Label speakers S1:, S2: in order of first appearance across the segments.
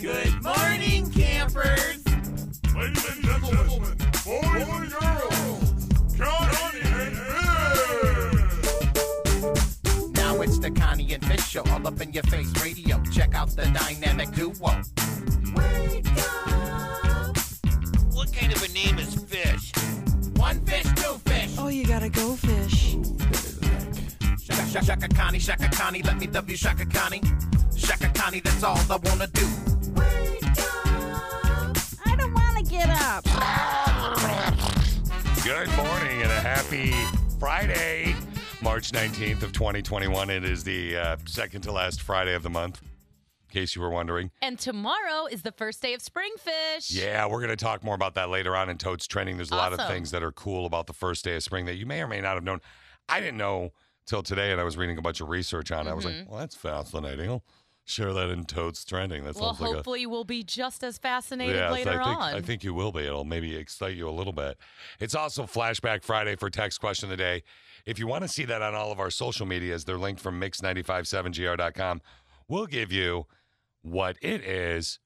S1: Good morning, campers.
S2: Ladies and gentlemen, boys and girls, Johnny and Bill!
S3: Now it's the Connie and Fish show, all up in your face radio. Check out the dynamic duo.
S4: What kind of a name is Fish?
S3: One fish, two fish.
S5: Oh, you gotta go fish.
S3: Shaka, shaka, shaka Connie, shaka Connie, let me W shaka Connie. Shaka Connie, that's all I wanna do.
S6: I don't want to get up.
S2: Good morning and a happy Friday, March 19th of 2021. It is the uh, second to last Friday of the month, in case you were wondering.
S7: And tomorrow is the first day of Springfish.
S2: Yeah, we're going to talk more about that later on in Toad's training. There's a lot of
S7: Awesome.
S2: things that are cool about the first day of spring that you may or may not have known. I didn't know till today, and I was reading a bunch of research on it. I was
S7: Mm-hmm.
S2: like, well, that's fascinating. I'll share that in Toad's training. That
S7: Well,
S2: sounds like a
S7: hopefully we'll be just as fascinated
S2: Yeah,
S7: later
S2: I think,
S7: on.
S2: I think you will be. It'll maybe excite you a little bit. It's also Flashback Friday for Text Question of the Day. If you want to see that on all of our social medias, they're linked from mix957gr.com. We'll give you what it is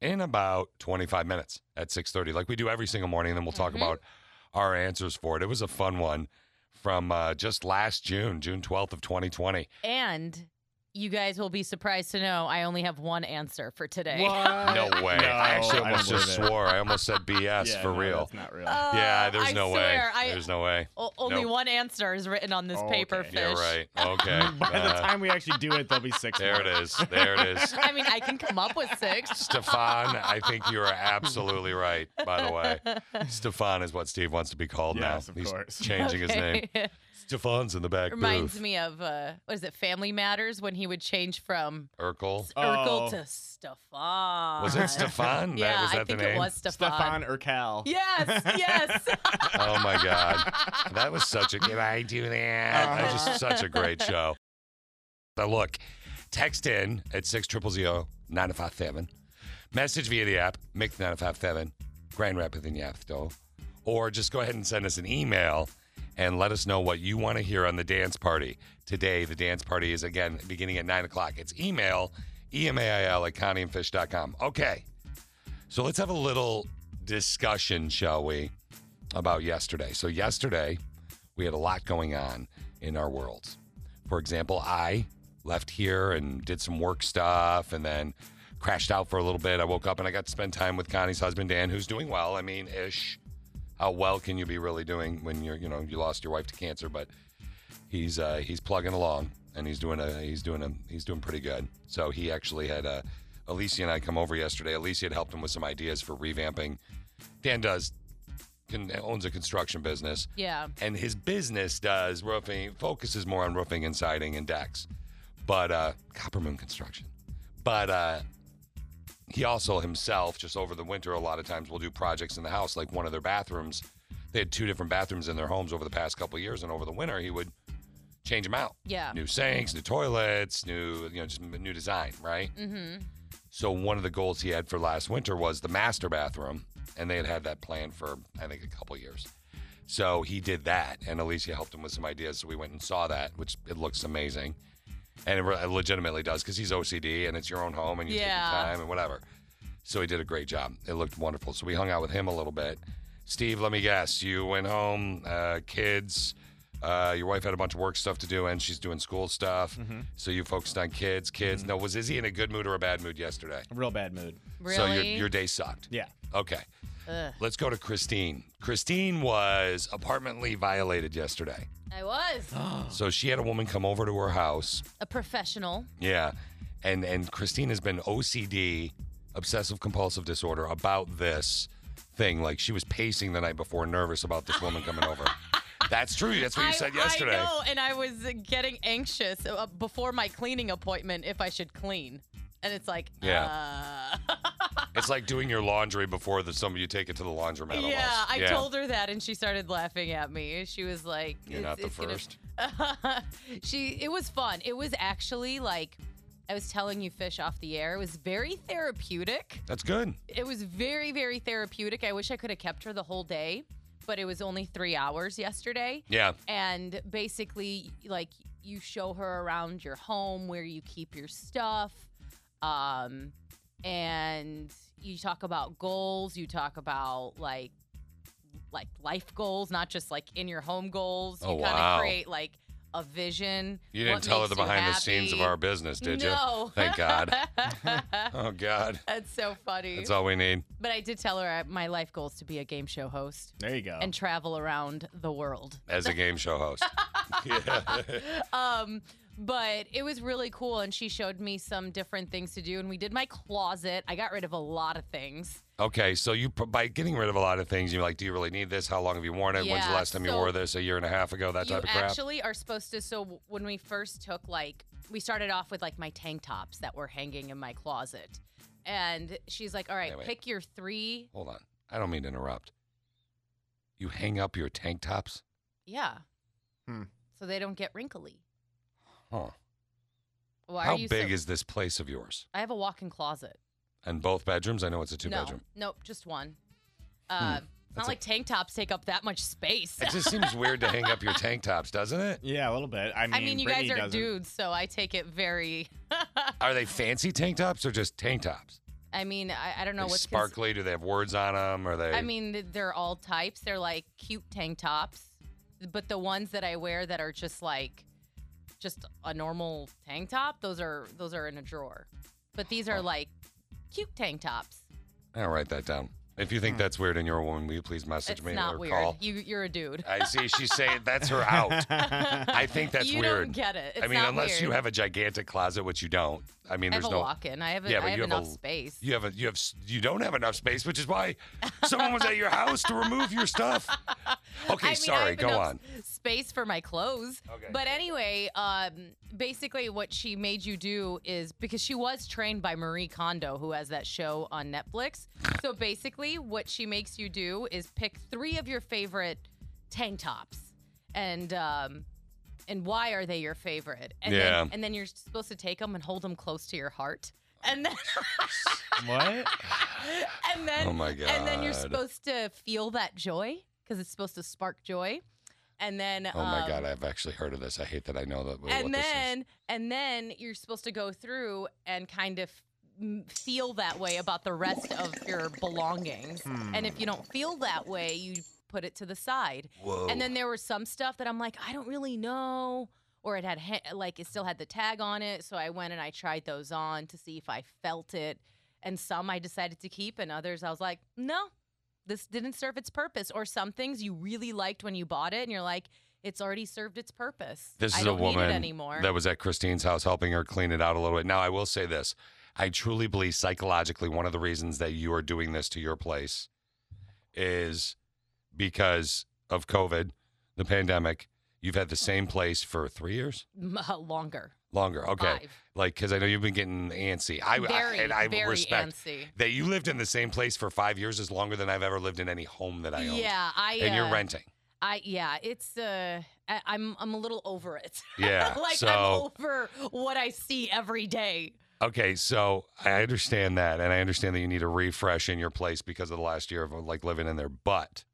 S2: in about 25 minutes at 6.30, like we do every single morning, and then we'll talk
S7: Mm-hmm.
S2: about our answers for it. It was a fun one from uh, just last June, June 12th of 2020.
S7: and you guys will be surprised to know I only have one answer for today.
S2: No way. I actually
S8: I don't
S2: almost just
S8: believe it.
S2: swore. I almost said BS
S8: Yeah,
S2: for
S8: no,
S2: real.
S8: That's not real.
S7: Uh,
S2: yeah, there's
S7: I
S2: no
S7: swear,
S2: way.
S7: I-
S2: there's no way.
S7: O- only
S2: Nope.
S7: one answer is written on this paper,
S8: Oh, Okay.
S7: Fish.
S2: You're right. Okay.
S8: By the
S2: Uh,
S8: time we actually do it, there'll be six.
S2: there it
S8: more.
S2: is. There it is.
S7: I mean, I can come up with six.
S2: Stefan, I think you are absolutely right, by the way. Stefan is what Steve wants to be called
S8: Yes,
S2: now.
S8: of
S2: He's
S8: course.
S2: changing his name.
S7: Okay.
S2: Stefan's in the back
S7: Reminds
S2: booth.
S7: me of uh, what is it, Family Matters, when he would change from
S2: Urkel.
S7: Urkel
S8: Oh.
S7: to Stefan.
S2: Was it Stefan?
S7: Yeah,
S2: that, was that
S7: I think
S2: the name?
S7: it was Stefan.
S8: Stefan Urkel.
S7: Yes, yes.
S2: Oh my God. That was such a can I do that? That was just such a great show. Now look, text in at six triple zero nine five seven. Message via the app, Mix nine five seven, Grand Rapids in the App Store. Or just go ahead and send us an email and let us know what you want to hear on the dance party. Today, the dance party is again beginning at nine o'clock. It's email, E E-M-A-I-L at ConnieandFish.com. Okay. So let's have a little discussion, shall we? about yesterday. So, yesterday, we had a lot going on in our worlds. For example, I left here and did some work stuff and then crashed out for a little bit. I woke up and I got to spend time with Connie's husband, Dan, who's doing well. I mean, ish. How well can you be really doing when you're, you know, you lost your wife to cancer, but he's uh, he's plugging along and he's doing a he's doing a he's doing pretty good. So he actually had uh, Alicia and I come over yesterday. Alicia had helped him with some ideas for revamping. Dan does con- owns a construction business,
S7: yeah.
S2: and his business does roofing. Focuses more on roofing and siding and decks, but uh, Copper Moon Construction. But uh, he also himself, just over the winter, a lot of times will do projects in the house, like one of their bathrooms. They had two different bathrooms in their homes over the past couple of years, and over the winter he would change them out.
S7: Yeah.
S2: new sinks, new toilets, new you know just m- new design, right?
S7: Mm-hmm.
S2: So one of the goals he had for last winter was the master bathroom, and they had had that plan for I think a couple years. So he did that, and Alicia helped him with some ideas. So we went and saw that, which it looks amazing, and it re- it legitimately does because he's OCD and it's your own home and you
S7: Yeah.
S2: take your time and whatever. So he did a great job. It looked wonderful. So we hung out with him a little bit. Steve, let me guess, you went home, uh, kids. Uh, your wife had a bunch of work stuff to do, and she's doing school stuff. So you focused on kids, kids. No, was Izzy in a good mood or a bad mood yesterday?
S8: Real bad mood.
S7: Really?
S2: So your, your day sucked.
S8: Yeah.
S2: Okay.
S7: Ugh.
S2: Let's go to Christine. Christine was apartmently violated yesterday.
S7: I was
S2: So she had a woman come over to her house.
S7: a professional.
S2: Yeah. And and Christine has been OCD, obsessive compulsive disorder about this thing. Like she was pacing the night before nervous about this woman coming over. That's true. That's what you
S7: I-
S2: said yesterday.
S7: I know, and I was getting anxious uh, before my cleaning appointment if I should clean. And it's like, yeah, uh,
S2: It's like doing your laundry before the some you take it to the laundromat.
S7: yeah.
S2: almost.
S7: I told her that, and she started laughing at me. She was like,
S2: You're
S7: "It's-
S2: not the
S7: it's gonna-
S2: first.
S7: she. It was fun. It was actually like I was telling you fish off the air. It was very therapeutic.
S2: That's good.
S7: It was very, very therapeutic. I wish I could have kept her the whole day, but it was only three hours yesterday.
S2: Yeah.
S7: And basically, like, you show her around your home where you keep your stuff. Um, and you talk about goals, you talk about like, like life goals, not just like in your home goals.
S2: Oh,
S7: you kind of
S2: wow.
S7: create like a vision.
S2: You didn't
S7: what
S2: tell her
S7: makes
S2: the
S7: you
S2: behind the scenes of
S7: happy.
S2: our business, did you?
S7: No.
S2: Thank God. Oh God.
S7: That's so funny.
S2: That's all we need.
S7: But I did tell her I- my life goal is to be a game show host
S8: There you go.
S7: and travel around the world.
S2: As a game show host. yeah.
S7: Um, but it was really cool, and she showed me some different things to do, and we did my closet. I got rid of a lot of things.
S2: Okay, so you by getting rid of a lot of things, you're like, do you really need this? How long have you worn it? When's the
S7: Yeah,
S2: last time you
S7: so
S2: wore this? A year and a half ago, that
S7: you
S2: type of crap.
S7: actually are supposed to. So w- when we first took, like, we started off with like my tank tops that were hanging in my closet, and she's like, "All right,
S2: Wait, wait.
S7: pick your three.
S2: Hold on, I don't mean to interrupt. You hang up your tank tops?
S7: Yeah,
S8: Hmm.
S7: so they don't get wrinkly."
S2: Huh.
S7: Why
S2: How
S7: are you
S2: big
S7: so-
S2: is this place of yours?
S7: I have a walk-in closet.
S2: And both bedrooms? I know it's a two
S7: no,
S2: bedroom. Hmm.
S7: Nope, just one. Uh, it's
S2: That's
S7: not
S2: a-
S7: like tank tops take up that much space.
S2: It just seems weird to hang up your tank tops, doesn't it?
S8: yeah, a little bit. I mean,
S7: I mean, you
S8: Brittany
S7: guys are
S8: doesn't.
S7: dudes, so I take it very.
S2: Are they fancy tank tops or just tank tops?
S7: I mean, I, I don't know
S2: They
S7: what's. cons-
S2: sparkly? Do they have words on them? Are they?
S7: I mean, th- they're all types. They're like cute tank tops, but the ones that I wear that are just like, just a normal tank top, those are those are in a drawer. But these are like cute tank tops.
S2: I'll write that down. If you think that's weird and you're a woman, will you please message
S7: Hmm. It's
S2: me
S7: not
S2: or
S7: weird.
S2: call?
S7: You you're a dude.
S2: I see she's saying that's her out. I think that's
S7: you don't
S2: weird.
S7: get it. It's
S2: I mean,
S7: not
S2: unless you
S7: weird.
S2: have a gigantic closet, which you don't. I mean,
S7: I have
S2: there's
S7: a
S2: no.
S7: walk-in. I have, a,
S2: Yeah, but
S7: I have
S2: you have a
S7: enough
S2: l-
S7: space.
S2: You have a, you have s- you don't have enough space, which is why someone was at your house to remove your stuff. Okay,
S7: I mean, I
S2: sorry,
S7: have
S2: go
S7: enough
S2: on.
S7: s- Space for my clothes.
S2: Okay.
S7: But anyway, um, basically, what she made you do is because she was trained by Marie Kondo, who has that show on Netflix. So basically, what she makes you do is pick three of your favorite tank tops, and um, and why are they your favorite? And
S2: Yeah.
S7: Then, and then you're supposed to take them and hold them close to your heart, and then.
S8: what?
S7: and then
S2: Oh my
S7: and then you're
S2: God.
S7: supposed to feel that joy because it's supposed to spark joy and then
S2: Oh my
S7: um,
S2: god, I've actually heard of this. I hate that I know that. what
S7: and
S2: this is.
S7: then and then you're supposed to go through and kind of mm, feel that way about the rest of your belongings and if you don't feel that way you put it to the side
S2: Whoa.
S7: and then there was some stuff that I'm like, I don't really know. Or it had ha- like it still had the tag on it, so I went and I tried those on to see if I felt it. And some I decided to keep, and others I was like, no, this didn't serve its purpose. Or some things you really liked when you bought it, and you're like, it's already served its purpose.
S2: This
S7: I
S2: is a
S7: don't need it
S2: woman
S7: anymore.
S2: that was at Christine's house helping her clean it out a little bit. Now, I will say this. I truly believe psychologically one of the reasons that you are doing this to your place is because of COVID, the pandemic. You've had the same place for three years?
S7: M- uh, longer.
S2: Longer. Okay.
S7: Five.
S2: Like, because I know you've been getting antsy. I, I-
S7: very,
S2: and I
S7: very
S2: respect
S7: antsy.
S2: that you lived in the same place for five years is longer than I've ever lived in any home that I own.
S7: Yeah, I.
S2: And you're
S7: uh,
S2: renting.
S7: I yeah, it's uh, I, I'm I'm a little over it.
S2: Yeah,
S7: like I'm
S2: so-
S7: over what I see every day.
S2: Okay, so I understand that, and I understand that you need a refresh in your place because of the last year of uh, like living in there. But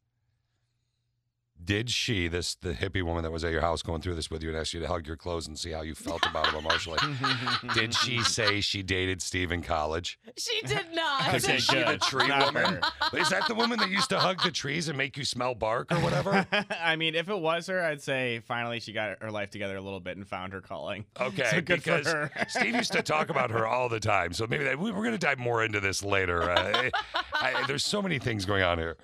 S2: did she, this the hippie woman that was at your house going through this with you and asked you to hug your clothes and see how you felt about them emotionally? did she say she dated Steve in college?
S7: She did not.
S2: Because
S8: Okay,
S2: is she the
S8: good.
S2: tree
S8: Not
S2: woman? Is that the woman that used to hug the trees and make you smell bark or whatever?
S8: I mean, if it was her, I'd say finally she got her life together a little bit and found her calling.
S2: Okay,
S8: So good
S2: because
S8: for her.
S2: Steve used to talk about her all the time. So maybe that, we, we're going to dive more into this later. Uh, I, there's so many things going on here.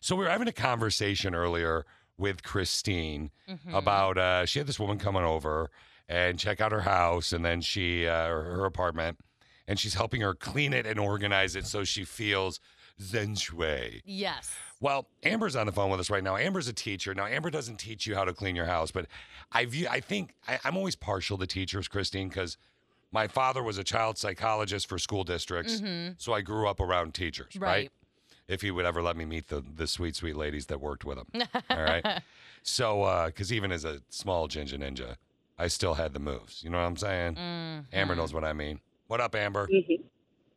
S2: So we were having a conversation earlier with Christine
S8: Mm-hmm.
S7: Mhm.
S2: about uh, she had this woman coming over and check out her house and then she uh, or her apartment and she's helping her clean it and organize it so she feels zen shui.
S7: yes.
S2: Well, Amber's on the phone with us right now. Amber's a teacher. Now, Amber doesn't teach you how to clean your house, but I view, I think I, I'm always partial to teachers, Christine, because my father was a child psychologist for school districts, so I grew up around teachers, right?
S7: Right.
S2: If he would ever let me meet the the sweet, sweet uh, ladies that worked with him, all right. So, because even as a small ginger ninja, I still had the moves. You know what I'm saying?
S7: Mm,
S2: Amber
S7: mm.
S2: knows what I mean. What up, Amber?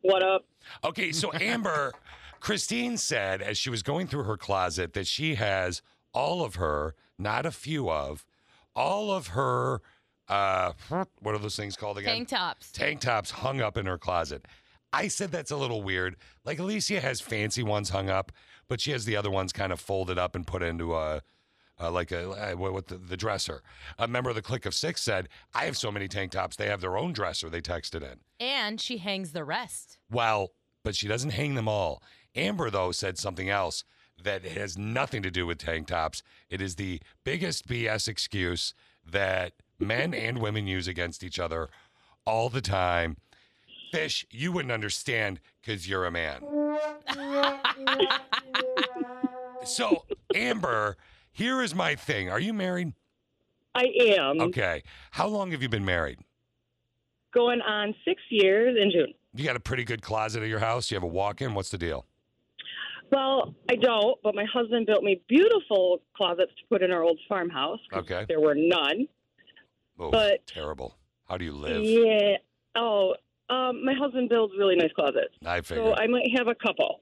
S5: What up?
S2: Okay, so Amber, Christine said as she was going through her closet that she has all of her, not a few of, all of her, uh, what are those things called again?
S7: Tank tops.
S2: Tank tops hung up in her closet. I said that's a little weird. Like Alicia has fancy ones hung up, but she has the other ones kind of folded up and put into a. Uh, like a, uh, what, what the, the dresser. A member of the Click of Six said, I have so many tank tops, they have their own dresser they texted in.
S7: And she hangs the rest.
S2: Well, but she doesn't hang them all. Amber, though, said something else that has nothing to do with tank tops. It is the biggest BS excuse that men and women use against each other all the time. Fish, you wouldn't understand because you're a man. So, Amber, here is my thing. Are you married?
S5: I am
S4: Mm-hmm.
S2: Okay. How long have you been married?
S5: going on six years in June.
S2: You got a pretty good closet at your house? You have a walk in? What's the deal?
S5: Well, I don't, but my husband built me beautiful closets to put in our old farmhouse. 'cause
S2: Okay.
S5: There were none.
S2: Oh,
S5: But-
S2: terrible. How do you live?
S5: Yeah. Oh, um, my husband builds really nice closets.
S2: I figured.
S5: So I might have a couple.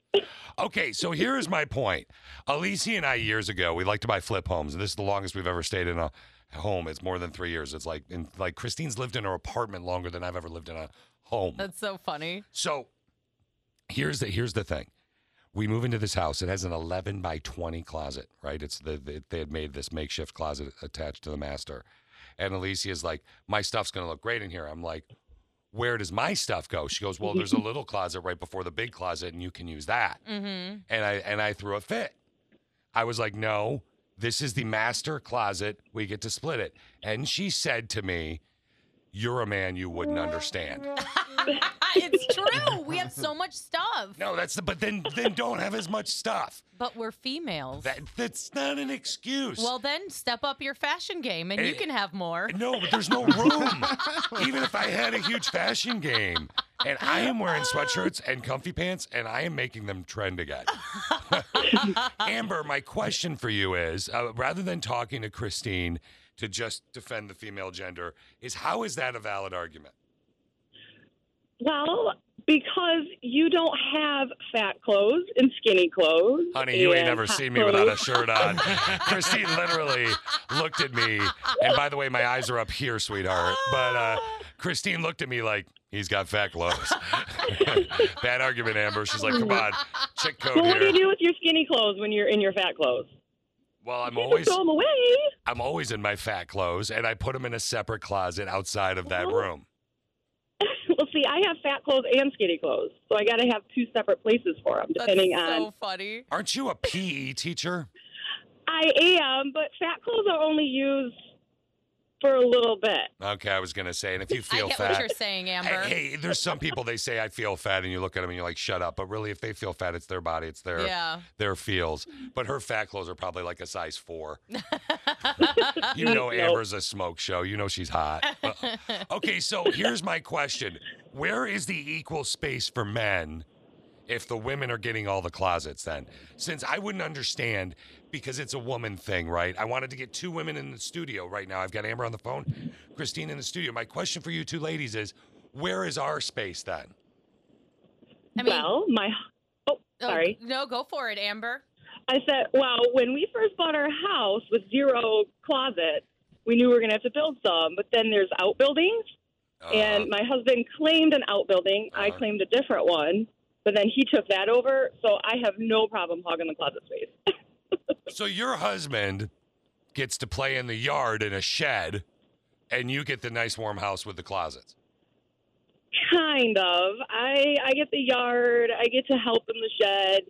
S2: Okay, so here is my point. Alicia and I years ago, we like to buy flip homes, and this is the longest we've ever stayed in a home. It's more than three years. It's like in, like Christine's lived in her apartment longer than I've ever lived in a home.
S7: That's so funny.
S2: So here's the here's the thing. We move into this house. It has an 11 by 20 closet, right? It's the, the they had made this makeshift closet attached to the master. And Alicia's like, "My stuff's going to look great in here." I'm like, "Where does my stuff go?" She goes, "Well, there's a little closet right before the big closet and you can use that."
S7: Mm-hmm.
S2: and I and I threw a fit. I was like, "No, this is the master closet. We get to split it." And she said to me, "You're a man. You wouldn't understand."
S7: it's true. We have so much stuff.
S2: No, that's the. But then then don't have as much stuff.
S7: But we're females.
S2: That that's not an excuse.
S7: well, then step up your fashion game and you
S2: Eh,
S7: can have more.
S2: no, but there's no room. Even if I had a huge fashion game. And I am wearing sweatshirts and comfy pants, and I am making them trend again. Amber, my question for you is uh, rather than talking to Christine to just defend the female gender, is how is that a valid argument?
S5: Well, because you don't have fat clothes and skinny clothes.
S2: Honey, you ain't
S5: and
S2: never
S5: hot
S2: seen me without a
S5: clothes.
S2: shirt on. Christine literally looked at me, and by the way, my eyes are up here, sweetheart. But uh, Christine looked at me like he's got fat clothes. Bad argument, Amber. She's like, "Come on, chick code
S5: Well, what do
S2: here."
S5: you do with your skinny clothes when you're in your fat clothes?
S2: Well, I'm
S5: You
S2: always
S5: throw them away.
S2: I'm always in my fat clothes, and I put them in a separate closet outside of
S7: Uh-huh.
S2: that room.
S5: well, see, I have fat clothes and skinny clothes, so I got to have two separate places for them,
S7: That's
S5: depending on.
S7: so funny.
S2: Aren't you a PE teacher?
S5: I am, but fat clothes are only used for a little bit.
S2: Okay, I was gonna say, and if
S7: I
S2: you feel
S7: get
S2: fat,
S7: what you're saying, Amber.
S2: Hey, hey, there's some people they say I feel fat, and you look at them and you're like, shut up. But really, if they feel fat, it's their body, it's their
S7: yeah.
S2: their feels. But her fat clothes are probably like a size four. You know,
S5: Nope.
S2: Amber's a smoke show. You know she's hot. Uh, okay, so here's my question: Where is the equal space for men? If the women are getting all the closets, then since I wouldn't understand because it's a woman thing, right? I wanted to get two women in the studio right now. I've got Amber on the phone, Christine in the studio. My question for you two ladies is where is our space then?
S7: I mean-
S5: well, my oh,
S7: Oh,
S5: sorry.
S7: no, go for it, Amber.
S5: I said, well, when we first bought our house with zero closet, we knew we were gonna have to build some. But then there's outbuildings,
S2: Uh,
S7: Uh-huh.
S5: and my husband claimed an outbuilding. I
S2: Uh-huh.
S5: claimed a different one, but then he took that over. So I have no problem hogging the closet space.
S2: So your husband gets to play in the yard in a shed, and you get the nice warm house with the closets.
S5: Kind of. I I get the yard. I get to help in the shed,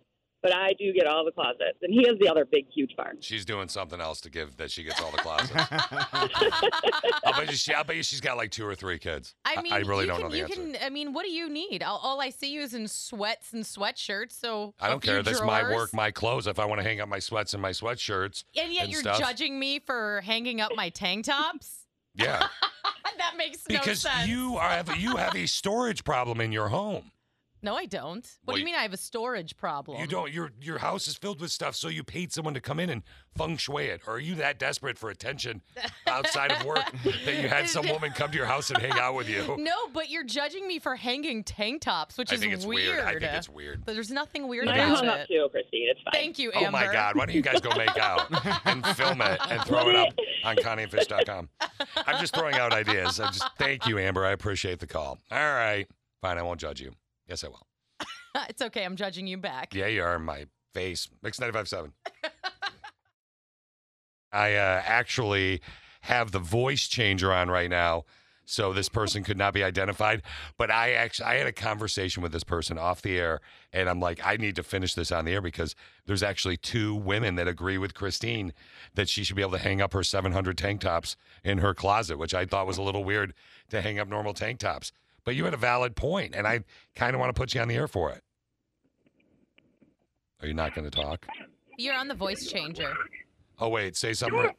S5: but I do get all the closets, and he has the other big, huge barn.
S2: She's doing something else to give that she gets all the closets. I'll bet you, she, I'll bet you she's got like two or three kids.
S7: I mean,
S2: I really
S7: you
S2: don't
S7: can,
S2: know the
S7: you
S2: answer.
S7: Can, I mean, what do you need? All, all I see you is in sweats and sweatshirts. So
S2: I
S7: a
S2: don't
S7: few
S2: care. That's my
S7: drawers.
S2: work, my clothes. If I want to hang up my sweats and my sweatshirts,
S7: And yet
S2: and
S7: you're
S2: stuff.
S7: judging me for hanging up my tank tops.
S2: yeah,
S7: that makes no
S2: because
S7: sense.
S2: you are you have a storage problem in your home.
S7: No, I don't. What do you
S2: Wait.
S7: mean I have a storage problem?
S2: You don't. Your your house is filled with stuff, so you paid someone to come in and feng shui it. Or are you that desperate for attention outside of work that you had some woman come to your house and hang out with you?
S7: No, but you're judging me for hanging tank tops, which
S2: I
S7: is
S2: think it's weird. I think it's weird.
S7: But there's nothing weird
S5: I
S7: about
S5: hung up
S7: it.
S5: too, Christine. It's fine.
S7: Thank you,
S2: Oh
S7: Amber.
S2: my God! Why don't you guys go make out and film it and throw it up on ConnieandFish.com? I'm just throwing out ideas. I just thank you, Amber. I appreciate the call. All right, fine. I won't judge you. Yes, I will.
S7: it's okay. I'm judging you back.
S2: Yeah, you are in my face. Mix 95.7. I uh, actually have the voice changer on right now, so this person could not be identified. But I actually I had a conversation with this person off the air, and I'm like, I need to finish this on the air because there's actually two women that agree with Christine that she should be able to hang up her 700 tank tops in her closet, which I thought was a little weird to hang up normal tank tops. But you had a valid point, and I kind of want to put you on the air for it. Are you not going to talk?
S7: You're on the voice changer.
S2: Oh wait, say something. re-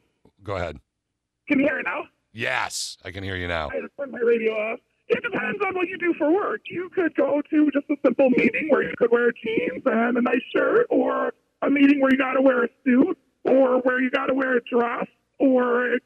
S2: Go ahead.
S9: Can you hear it now?
S2: Yes, I can hear you now.
S9: I just turned my radio off. It depends on what you do for work. You could go to just a simple meeting where you could wear jeans and a nice shirt, or a meeting where you got to wear a suit, or where you got to wear a dress, or you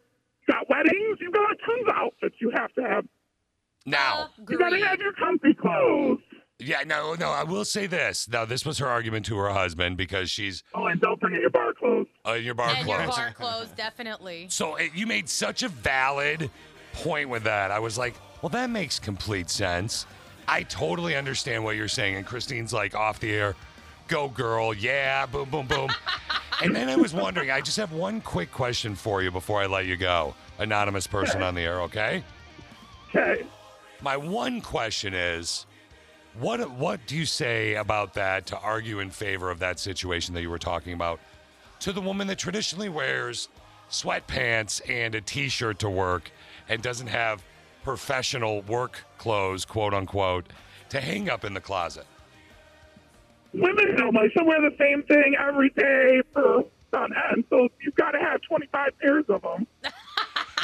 S9: got weddings. You've got tons of outfits you have to have.
S7: Uh.
S2: Now,
S9: You got to have your comfy clothes.
S2: yeah, no, no. I will say this. Now, this was her argument to her husband because she's
S9: Oh, and don't forget your bar clothes.
S2: uh, in your bar
S7: and your
S2: clothes.
S7: bar clothes, definitely.
S2: So it, you made such a valid point with that. I was like, well, that makes complete sense. I totally understand what you're saying. And Christine's like, off the air, go girl, yeah, boom, boom, boom. and then I was wondering, I just have one quick question for you before I let you go, anonymous person on the air, okay?
S9: Okay.
S2: My one question is, what what do you say about that to argue in favor of that situation that you were talking about to the woman that traditionally wears sweatpants and a t-shirt to work and doesn't have professional work clothes, quote unquote, to hang up in the closet?
S9: Women normally should wear the same thing every day for on end, so you've got to have 25 pairs of them.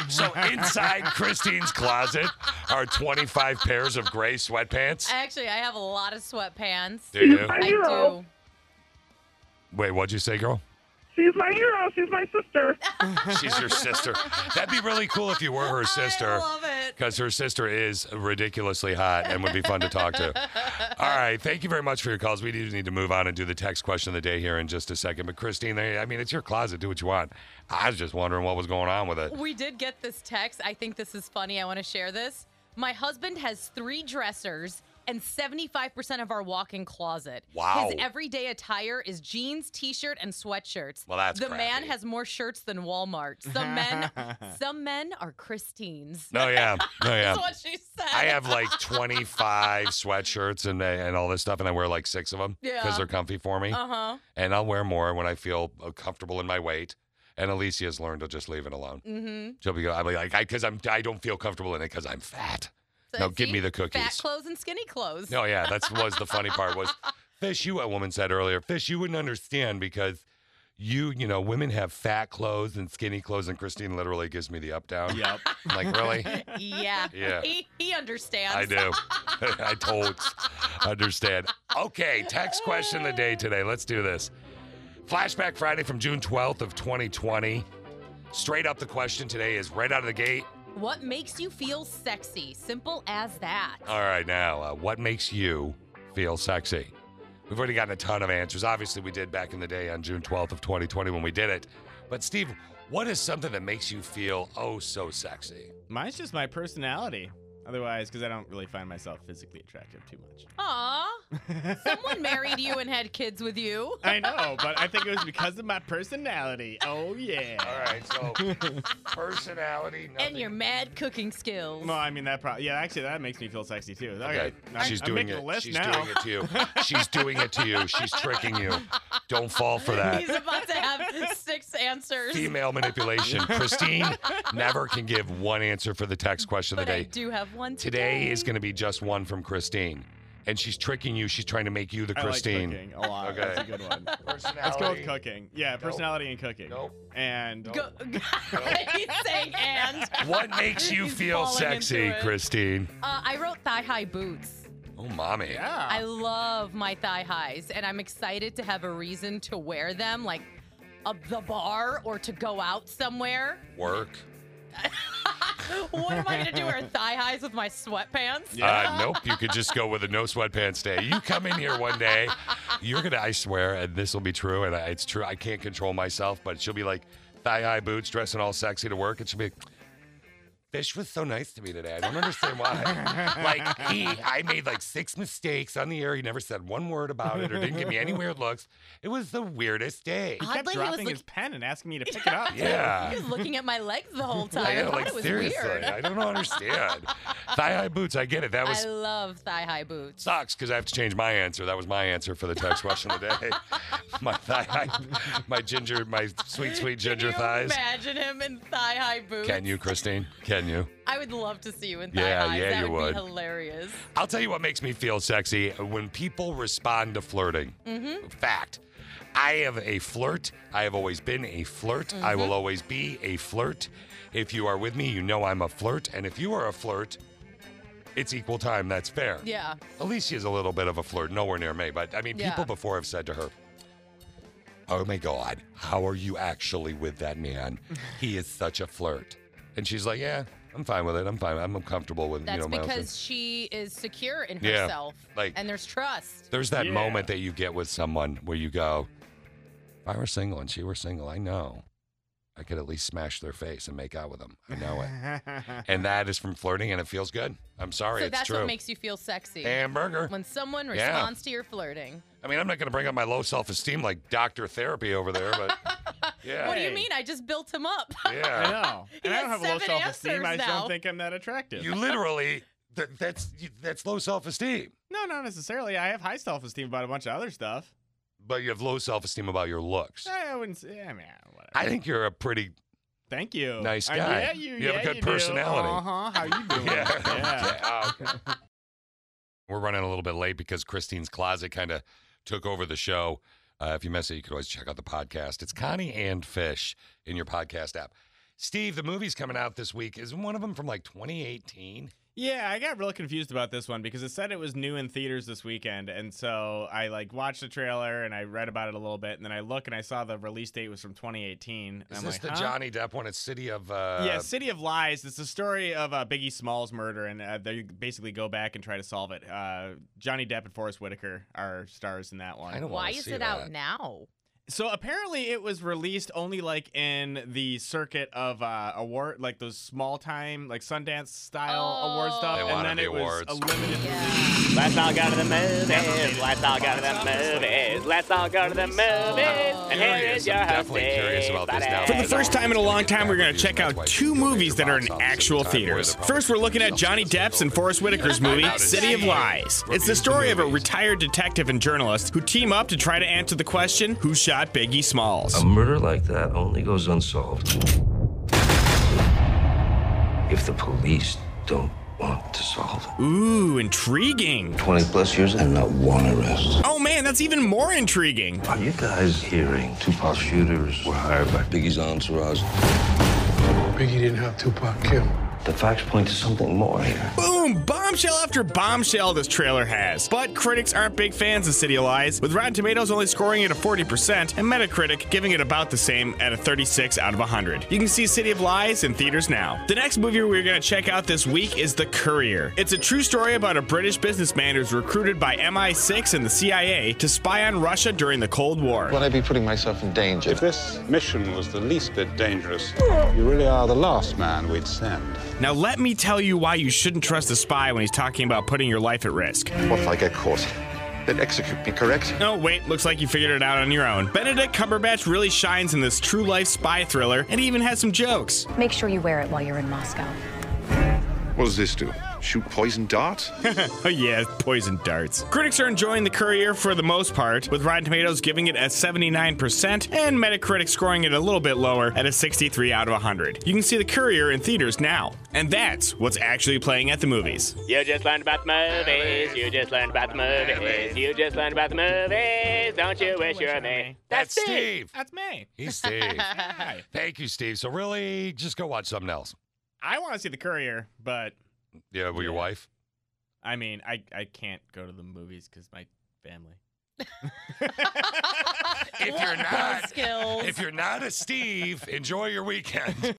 S2: So inside Christine's closet are 25 pairs of gray sweatpants.
S7: Actually, I have a lot of sweatpants.
S2: Do you?
S9: I
S7: I
S9: know.
S7: do.
S2: Wait, what'd you say, girl?
S9: She's my hero. She's my sister.
S2: She's your sister. That'd be really cool if you were her sister.
S7: I love it.
S2: because her sister is ridiculously hot and would be fun to talk to. All right, thank you very much for your calls. We do need to move on and do the text question of the day here in just a second. But Christine, they- I mean, it's your closet. Do what you want. I was just wondering what was going on with it.
S7: We did get this text. I think this is funny. I want to share this. My husband has three dressers and 75% of our walk in closet.
S2: Wow.
S7: His everyday attire is jeans, t shirt, and sweatshirts.
S2: Well, that's
S7: The man
S2: crappy.
S7: has more shirts than Walmart. Some men some men are Christines.
S2: No, yeah, no, yeah.
S7: That's what she said.
S2: I have like 25 sweatshirts and and all this stuff, and I wear like six of them because
S7: Yeah.
S2: they're comfy for me.
S7: Uh huh.
S2: And I'll wear more when I feel uh, comfortable in my weight. And Alicia's learned to just leave it alone.
S7: Mm-hmm.
S2: She'll be, I'll be like, because I'm, I don't feel comfortable in it because I'm fat. Now give me the
S7: Fat
S2: cookies.
S7: clothes and skinny clothes.
S2: No, Oh, yeah, that's was the funny part was fish. You, a woman said earlier, fish. You wouldn't understand because you, you know, women have fat clothes and skinny clothes, and Christine literally gives me the up down.
S8: Yep.
S2: I'm like really,
S7: Yeah.
S2: Yeah.
S7: He, he understands.
S2: I do. I told. Understand? Okay. Text question of the day today. Let's do this. Flashback Friday from June 12th of 2020. Straight up, the question today is right out of the gate.
S7: What makes you feel sexy? Simple as that.
S2: All right, now, uh, what makes you feel sexy? We've already gotten a ton of answers. Obviously, we did back in the day on June 12th of 2020 when we did it. But Steve, what is something that makes you feel oh so sexy?
S8: Mine's just my personality. Otherwise, because I don't really find myself physically attractive too much.
S7: Aw. Someone married you and had kids with you.
S8: I know, but I think it was because of my personality. Oh yeah.
S2: All right, so personality. Nothing.
S7: And your mad cooking skills.
S8: Well, I mean that probably. Yeah, actually, that makes me feel sexy too.
S2: Okay, she's
S8: I'm
S2: doing
S8: making
S2: it.
S8: A list
S2: She's
S8: now.
S2: doing it to you. She's doing it to you. She's tricking you. Don't fall for that.
S7: He's about to have six answers.
S2: Female manipulation. Christine never can give one answer for the text question of
S7: But
S2: the
S7: I
S2: day.
S7: do have one today.
S2: Today is going to be just one from Christine, and she's tricking you. She's trying to make you the
S8: I like
S2: Christine.
S8: cooking a lot.
S2: Okay.
S8: That's a good one.
S2: Personality.
S8: Let's go with cooking. Yeah, personality and cooking.
S2: Nope.
S8: And
S7: Go- He's saying and.
S2: What makes you
S7: He's
S2: feel
S7: falling into
S2: sexy,
S7: it.
S2: Christine?
S7: Uh, I wrote thigh high boots.
S2: Oh, mommy.
S8: Yeah.
S7: I love my thigh highs, and I'm excited to have a reason to wear them, like up the bar or to go out somewhere.
S2: Work.
S7: what am I gonna do? Wear thigh highs with my sweatpants?
S2: Uh, nope. You could just go with a no sweatpants day. You come in here one day, you're gonna. I swear, and this will be true, and I- it's true. I can't control myself, but she'll be like thigh high boots, dressing all sexy to work, and she'll be. like, Fish was so nice to me today. I don't understand why. like he, I made like six mistakes on the air. He never said one word about it or didn't give me any weird looks. It was the weirdest day.
S8: He kept
S7: Oddly, he was
S8: dropping
S7: like-
S8: his pen and asking me to pick it up. too.
S2: Yeah.
S7: He was looking at my legs the whole time.
S2: I
S7: I,
S2: know,
S7: thought
S2: like
S7: it was
S2: seriously,
S7: weird.
S2: I don't understand. Thigh high boots, I get it. That was
S7: I love thigh high boots.
S2: sucks because I have to change my answer. That was my answer for the text question today. my thigh, high, my ginger, my sweet sweet ginger
S7: Can you
S2: thighs.
S7: Imagine him in thigh high boots.
S2: Can you, Christine? Can you?
S7: I would love to see you in thigh
S2: Yeah,
S7: highs.
S2: yeah,
S7: that
S2: you
S7: would,
S2: would.
S7: be hilarious.
S2: I'll tell you what makes me feel sexy when people respond to flirting. Mm-hmm. Fact. I have a flirt. I have always been a flirt. I
S7: Mm-hmm.
S2: will always be a flirt. If you are with me, you know I'm a flirt. And if you are a flirt, it's equal time. That's fair.
S7: Yeah.
S2: Alicia's a little bit of a flirt, nowhere near me, but I mean,
S7: Yeah.
S2: people before have said to her, Oh my God, how are you actually with that man? He is such a flirt. And she's like, Yeah, I'm fine with it. I'm fine. I'm comfortable with,
S7: That's
S2: you know, my husband."
S7: because she is secure in
S2: Yeah,
S7: herself.
S2: like-
S7: and there's trust.
S2: There's that
S8: Yeah.
S2: moment that you get with someone where you go, If I were single and she were single, I know I could at least smash their face and make out with them. I know it. and that is from flirting and it feels good. I'm sorry,
S7: so
S2: it's
S7: that's
S2: true.
S7: what makes you feel sexy.
S2: Hamburger.
S7: when someone
S2: Yeah.
S7: responds to your flirting.
S2: I mean, I'm not going to bring up my low self esteem like doctor therapy over there, but yeah.
S7: What do you
S8: Hey.
S7: mean? I just built him up.
S8: I
S2: Yeah.
S8: know.
S7: He
S8: And I don't
S7: has
S8: have a low
S7: seven
S8: self esteem.
S7: answers
S8: I just
S7: now.
S8: don't think I'm that attractive.
S2: You literally, th- that's you- that's low self esteem,
S8: No, not necessarily. I have high self esteem about a bunch of other stuff.
S2: but you have low self esteem about your looks.
S8: I I wouldn't say, I mean, whatever.
S2: I think you're a pretty,
S8: Thank you.
S2: Nice
S8: I-
S2: guy.
S8: yeah, you,
S2: You have a
S8: yeah,
S2: good
S8: you do.
S2: personality.
S8: Uh-huh. How you doing?
S2: yeah. okay, oh, okay. We're running a little bit late because Christine's Closet kind of took over the show. Uh, if you miss it, you could always check out the podcast. It's Connie and Fish in your podcast app. Steve, the movie's coming out this week. Isn't one of them from like 2018?
S8: Yeah, I got real confused about this one because it said it was new in theaters this weekend, and so I like watched the trailer and I read about it a little bit, and then I look and I saw the release date was from 2018. and
S2: Is
S8: I'm
S2: this
S8: like,
S2: the
S8: huh?
S2: Johnny Depp one? It's City of. Uh,
S8: yeah, City of Lies. It's the story of uh, Biggie Smalls' murder, and uh, they basically go back and try to solve it. Uh, Johnny Depp and Forrest Whitaker are stars in that one.
S2: I don't
S7: Why
S2: wanna
S7: is
S2: see
S7: it
S2: that.
S7: out now?
S8: So apparently, it was released only like in the circuit of uh, award, like those small time, like Sundance style
S7: Oh.
S8: award stuff,
S2: They
S8: and
S2: wanted
S8: then
S2: the
S8: it was
S2: awards.
S8: a limited
S7: Yeah.
S10: Let's all go to the movies. Let's all go to the movies. Let's all go to the movies. And here
S2: curious.
S10: is your
S2: I'm definitely curious about this now.
S10: hostess.
S2: For
S10: Buddy.
S2: the first time in a long time, we're gonna check out two movies that are in actual theaters. First, we're looking at Johnny Depp's and Forrest Whitaker's movie, City of Lies. It's the story of a
S8: retired detective and journalist who team up to try to answer the question who shot Biggie Smalls?
S11: A murder like that only goes unsolved if the police don't want to solve it.
S8: Ooh, intriguing.
S11: 20 plus years and not one arrest.
S8: Oh man, that's even more intriguing.
S11: Are you guys hearing? Tupac shooters were hired by Biggie's entourage.
S9: Biggie didn't have Tupac kill.
S11: The facts point to something more here.
S8: Boom! Bombshell after bombshell this trailer has. But critics aren't big fans of City of Lies, with Rotten Tomatoes only scoring it a 40% and Metacritic giving it about the same at a 36 out of 100. You can see City of Lies in theaters now. The next movie we're going to check out this week is The Courier. It's a true story about a British businessman who's recruited by MI6 and the CIA to spy on Russia during the Cold War.
S10: Would I be putting myself in danger?
S9: This mission was the least bit dangerous. You really are the last man we'd send.
S8: Now, let me tell you why you shouldn't trust a spy when he's talking about putting your life at risk.
S10: What if I get caught? They'd execute me, correct?
S8: Oh, wait, looks like you figured it out on your own. Benedict Cumberbatch really shines in this true life spy thriller and he even has some jokes.
S6: Make sure you wear it while you're in Moscow.
S10: What does this do? Shoot poison dart?
S8: Oh, yeah, poison darts. Critics are enjoying The Courier for the most part, with Rotten Tomatoes giving it a 79% and Metacritic scoring it a little bit lower at a 63 out of 100. You can see The Courier in theaters now, and that's what's actually playing at the movies.
S10: You just learned about the movies. You just learned about the movies. You just learned about the movies. Don't you wish you were me?
S2: That's Steve.
S8: That's me.
S2: He's Steve.
S8: Hi.
S2: Thank you, Steve. So really, just go watch something else.
S8: I want to see The Courier, but
S2: Yeah, with your wife.
S8: I mean, I, I can't go to the movies because my family.
S2: if you're not if you're not a Steve, enjoy your weekend.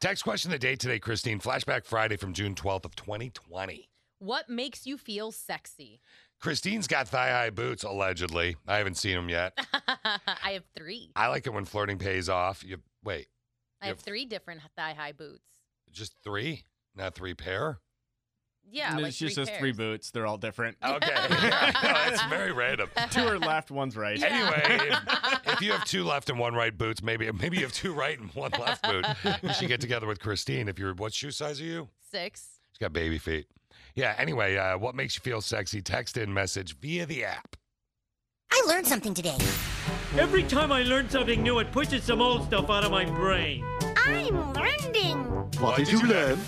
S2: Text question of the day today, Christine. Flashback Friday from June 12th of 2020.
S7: What makes you feel sexy?
S2: Christine's got thigh high boots, allegedly. I haven't seen them yet.
S7: I have three.
S2: I like it when flirting pays off. You wait,
S7: I have three different thigh high boots.
S2: just three, not three pair.
S7: Yeah, like
S8: she
S7: three
S8: says
S7: pairs.
S8: three boots. They're all different.
S2: Okay, that's very random.
S8: Two are left, one's right.
S2: Anyway, if, if you have two left and one right boots, maybe maybe you have two right and one left boot. You should get together with Christine. If you're what shoe size are you?
S7: Six.
S2: She's got baby feet. Yeah. Anyway, uh, what makes you feel sexy? Text in message via the app.
S12: I learned something today.
S13: Every time I learn something new, it pushes some old stuff out of my brain.
S12: I'm learning.
S2: What did you learn?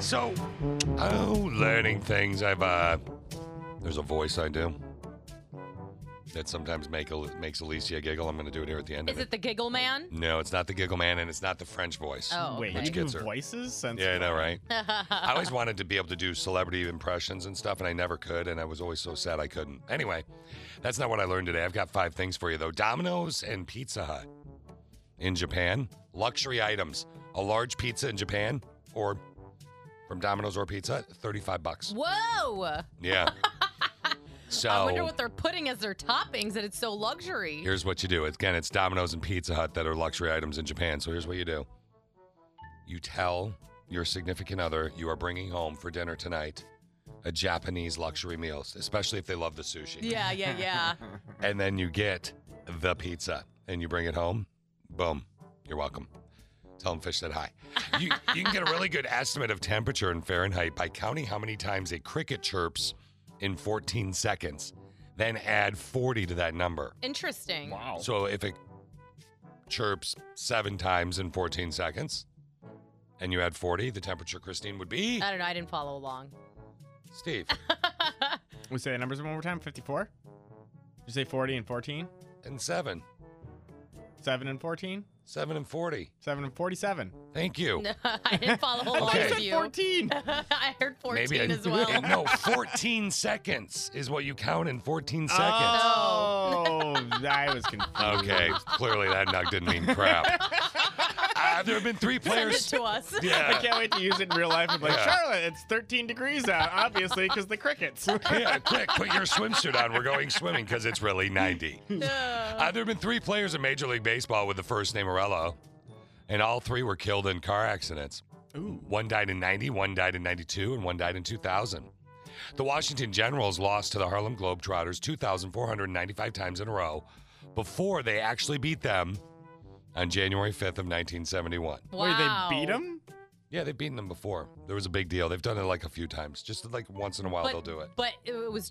S2: So, oh, learning things. I've uh, there's a voice I do that sometimes make makes Alicia giggle. I'm going to do it here at the end
S7: Is
S2: of it.
S7: it the giggle man?
S2: No, it's not the giggle man, and it's not the French voice.
S7: Oh, Wait,
S2: which
S7: you do
S2: gets her.
S8: voices?
S2: yeah, I know, right? I always wanted to be able to do celebrity impressions and stuff, and I never could, and I was always so sad I couldn't. Anyway, that's not what I learned today. I've got five things for you, though Domino's and Pizza Hut. In Japan, luxury items. A large pizza in Japan, or from Domino's or Pizza Hut, 35 bucks.
S7: Whoa!
S2: Yeah. so
S7: I wonder what they're putting as their toppings that it's so luxury.
S2: Here's what you do. Again, it's Domino's and Pizza Hut that are luxury items in Japan. So here's what you do. You tell your significant other you are bringing home for dinner tonight a Japanese luxury meal, especially if they love the sushi.
S7: Yeah, yeah, yeah.
S2: And then you get the pizza and you bring it home. Boom. You're welcome. Tell them fish said hi. You, you can get a really good estimate of temperature in Fahrenheit by counting how many times a cricket chirps in 14 seconds, then add 40 to that number.
S7: Interesting. Wow.
S2: So if it chirps seven times in 14 seconds and you add 40, the temperature, Christine, would be
S7: I don't know. I didn't follow along.
S2: Steve.
S8: we say the numbers one more time 54? You say 40 and 14?
S2: And 7.
S8: 7 and 14?
S2: 7 and 40.
S8: 7 and 47.
S2: Thank you.
S7: No, I didn't follow
S8: I
S7: along
S8: thought you
S7: with
S8: said
S7: you.
S8: 14.
S7: I heard 14
S2: I-
S7: as well.
S2: no, 14 seconds is what you count in 14 seconds.
S8: Oh, I was confused.
S2: Okay, clearly that nug didn't mean crap. Uh, there have been three players.
S7: Send it to us.
S2: Yeah.
S8: I can't wait to use it in real life. I'm like,
S2: Yeah.
S8: Charlotte, it's 13 degrees out, obviously, because the crickets.
S2: yeah, quick, put your swimsuit on. We're going swimming because it's really 90. Uh, there have been three players in Major League Baseball with the first name Morello, and all three were killed in car accidents.
S8: Ooh.
S2: One died in 90, one died in 92, and one died in 2000. The Washington Generals lost to the Harlem Globetrotters 2,495 times in a row before they actually beat them on January 5th of 1971.
S7: Wow.
S8: Wait, they beat them?
S2: Yeah, they've beaten them before. There was a big deal. They've done it like a few times. Just like once in a while,
S7: but,
S2: they'll do it.
S7: But it was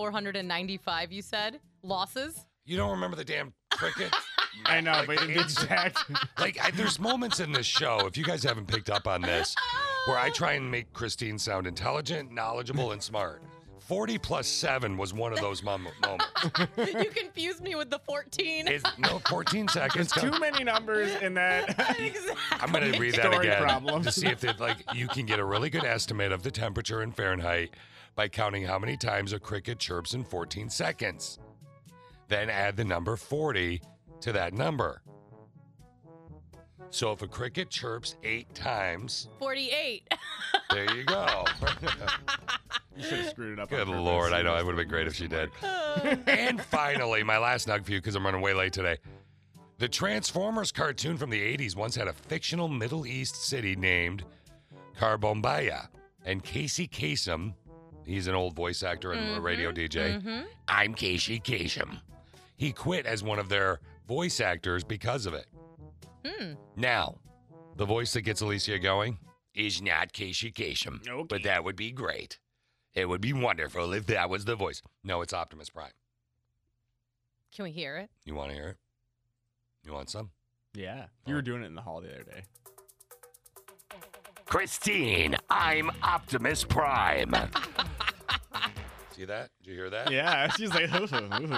S7: 2,495, you said? Losses?
S2: You don't remember the damn cricket?
S8: I know, but the exact.
S2: Like, I, there's moments in this show, if you guys haven't picked up on this, where I try and make Christine sound intelligent, knowledgeable, and smart. 40 plus 7 was one of those mom- moments.
S7: you confused me with the 14.
S2: It's, no, 14 seconds.
S8: There's too many numbers in that.
S2: I'm going to read that
S8: Story
S2: again
S8: problem.
S2: to see if it, like you can get a really good estimate of the temperature in Fahrenheit by counting how many times a cricket chirps in 14 seconds. Then add the number 40 to that number. So if a cricket chirps 8 times,
S7: 48.
S2: there you go.
S8: You should have screwed it up. on
S2: Good
S8: purpose.
S2: lord, I know it would have been great if she did. and finally, my last nug for you because I'm running way late today. The Transformers cartoon from the 80s once had a fictional Middle East city named Carbombaya. And Casey Kasem, he's an old voice actor and
S7: Mm-hmm,
S2: a radio DJ. I'm Casey Kasem. He quit as one of their voice actors because of it.
S7: Hmm.
S2: Now, the voice that gets Alicia going is not Casey Kasem, but that would be great. It would be wonderful if that was the voice. No, it's Optimus Prime.
S7: Can we hear it?
S2: You want to hear it? You want some?
S8: Yeah. You were doing it in the hall the other day.
S2: Christine, I'm Optimus Prime. See that? Did you hear that?
S8: Yeah. She's like,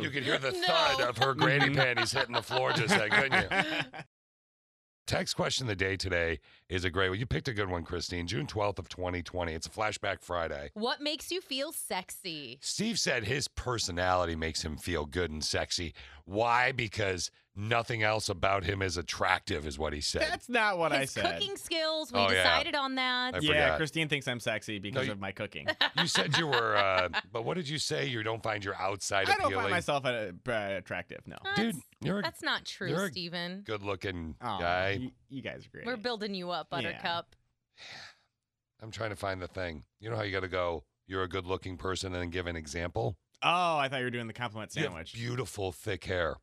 S2: You could hear the thud of her granny panties hitting the floor just then, couldn't you? Text question of the day today is a great one. You picked a good one, Christine. June 12th of 2020. It's a flashback Friday.
S7: What makes you feel sexy?
S2: Steve said his personality makes him feel good and sexy. Why? Because nothing else about him is attractive, is what he said.
S8: That's not what I
S7: His
S8: said.
S7: cooking skills. We
S2: Oh, yeah.
S7: decided on that.
S2: I
S8: yeah,
S2: forgot.
S8: Christine thinks I'm sexy because of my cooking.
S2: you said you were, uh, but what did you say? You don't find your outside
S8: I don't
S2: appealing.
S8: find myself uh, uh, attractive. No,
S2: Dude, you're a
S7: That's not true,
S2: You're a-
S7: Steven.
S2: good looking
S8: Aw,
S2: guy.
S8: You, you guys are great.
S7: We're building you up,
S8: Yeah.
S7: Buttercup.
S2: I'm trying to find the thing. You know how you got to go, you're a good looking person, and then give an example?
S8: Oh, I thought you were doing the compliment
S2: You have
S8: sandwich.
S2: beautiful, thick hair.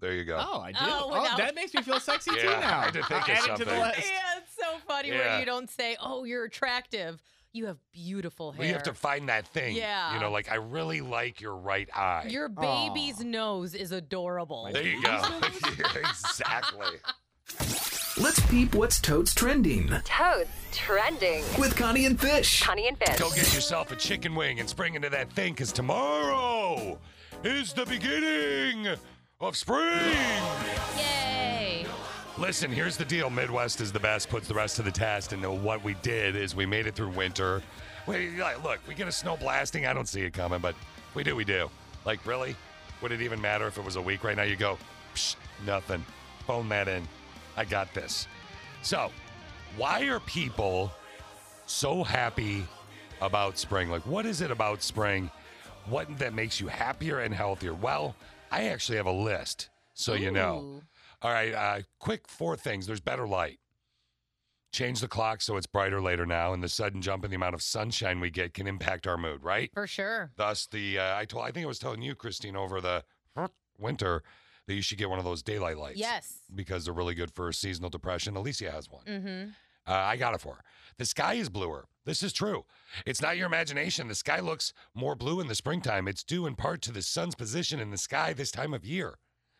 S2: There you go.
S8: Oh, I do.
S7: Oh,
S8: Oh,
S7: without-
S8: that makes me feel sexy too
S2: Yeah,
S8: now.
S2: I had to think
S8: I'll
S2: of
S8: add it to the
S2: something.
S8: list.
S7: Yeah, it's so funny
S2: Yeah.
S7: where you don't say, "Oh, you're attractive." You have beautiful hair.
S2: Well, you have to find that thing.
S7: Yeah.
S2: You know, like, I really like your right eye.
S7: Your
S8: Aw.
S7: baby's nose is adorable.
S2: there you go. Yeah, exactly.
S14: Let's peep what's toads trending
S15: Toads trending.
S14: with Connie and Fish.
S15: Connie and Fish.
S2: Go get yourself a chicken wing and spring into that thing because tomorrow is the beginning of spring.
S7: Yay!
S2: Listen, here's the deal. Midwest is the best, puts the rest to the test. And what we did is we made it through winter. We, like, look, we get a snow blasting. I don't see it coming, but we do, we do. Like, really? Would it even matter if it was a week right now? You go, Psh, nothing. Phone that in. I got this. So, why are people so happy about spring? Like, what is it about spring? What that makes you happier and healthier? Well, I actually have a list, so you know. All right, uh, quick four things. There's better light. Change the clock so it's brighter later now, and the sudden jump in the amount of sunshine we get can impact our mood, right?
S7: For sure.
S2: Thus, the uh, I told I think I was telling you, Christine, over the winter that you should get one of those daylight lights.
S7: Yes.
S2: because they're really good for seasonal depression. Alicia has one.
S7: Mm-hmm.
S2: Uh, I got it for her. The sky is bluer. This is true. It's not your imagination. The sky looks more blue in the springtime. It's due in part to the sun's position in the sky this time of year.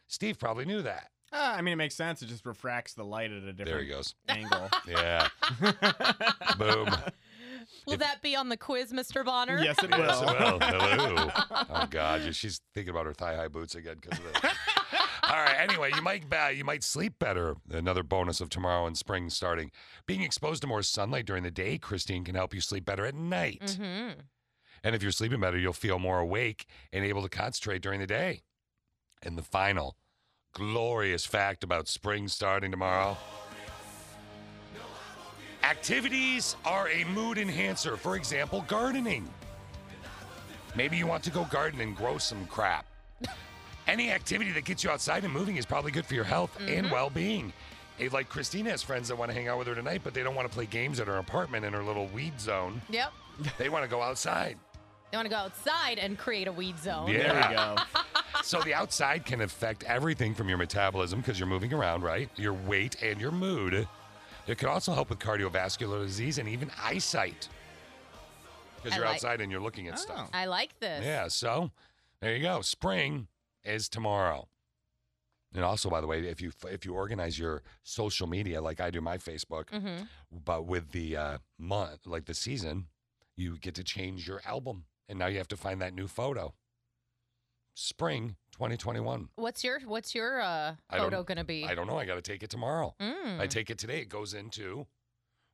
S2: Steve probably knew that.
S8: Ah, I mean, it makes sense. It just refracts the light at a different
S2: There he goes.
S8: angle.
S2: Yeah. Boom.
S7: Will that be on the quiz, Mr. Bonner?
S8: Yes, it
S2: Yes,
S8: will.
S2: well, hello. Oh God, yeah, she's thinking about her thigh-high boots again because of this. All right. Anyway, you might ba- you might sleep better. Another bonus of tomorrow and spring starting. Being exposed to more sunlight during the day, Christine, can help you sleep better at night.
S7: Mm-hmm.
S2: And if you're sleeping better, you'll feel more awake and able to concentrate during the day. And the final glorious fact about spring starting tomorrow activities are a mood enhancer. For example, gardening. Maybe you want to go garden and grow some crap. Any activity that gets you outside and moving is probably good for your health and
S7: Mhm.
S2: well being. Like Christina has friends that want to hang out with her tonight, but they don't want to play games at her apartment in her little weed zone.
S7: Yep.
S2: They want to go outside.
S7: They want to go outside and create a weed zone.
S2: Yeah.
S8: There we go.
S2: So the outside can affect everything from your metabolism because you're moving around, right? Your weight and your mood. It can also help with cardiovascular disease and even eyesight because
S7: I
S2: you're
S7: like-
S2: outside and you're looking at stuff.
S7: I like this.
S2: Yeah. So there you go. Spring is tomorrow. And also, by the way, if you if you organize your social media like I do my Facebook,
S7: Mm-hmm.
S2: but with the uh, month, like the season, you get to change your album, and now you have to find that new photo. Spring 2021.
S7: What's your What's your uh,
S2: I don't-
S7: photo gonna be?
S2: I don't know. I got to take it tomorrow.
S7: Mm.
S2: I take it today. It goes into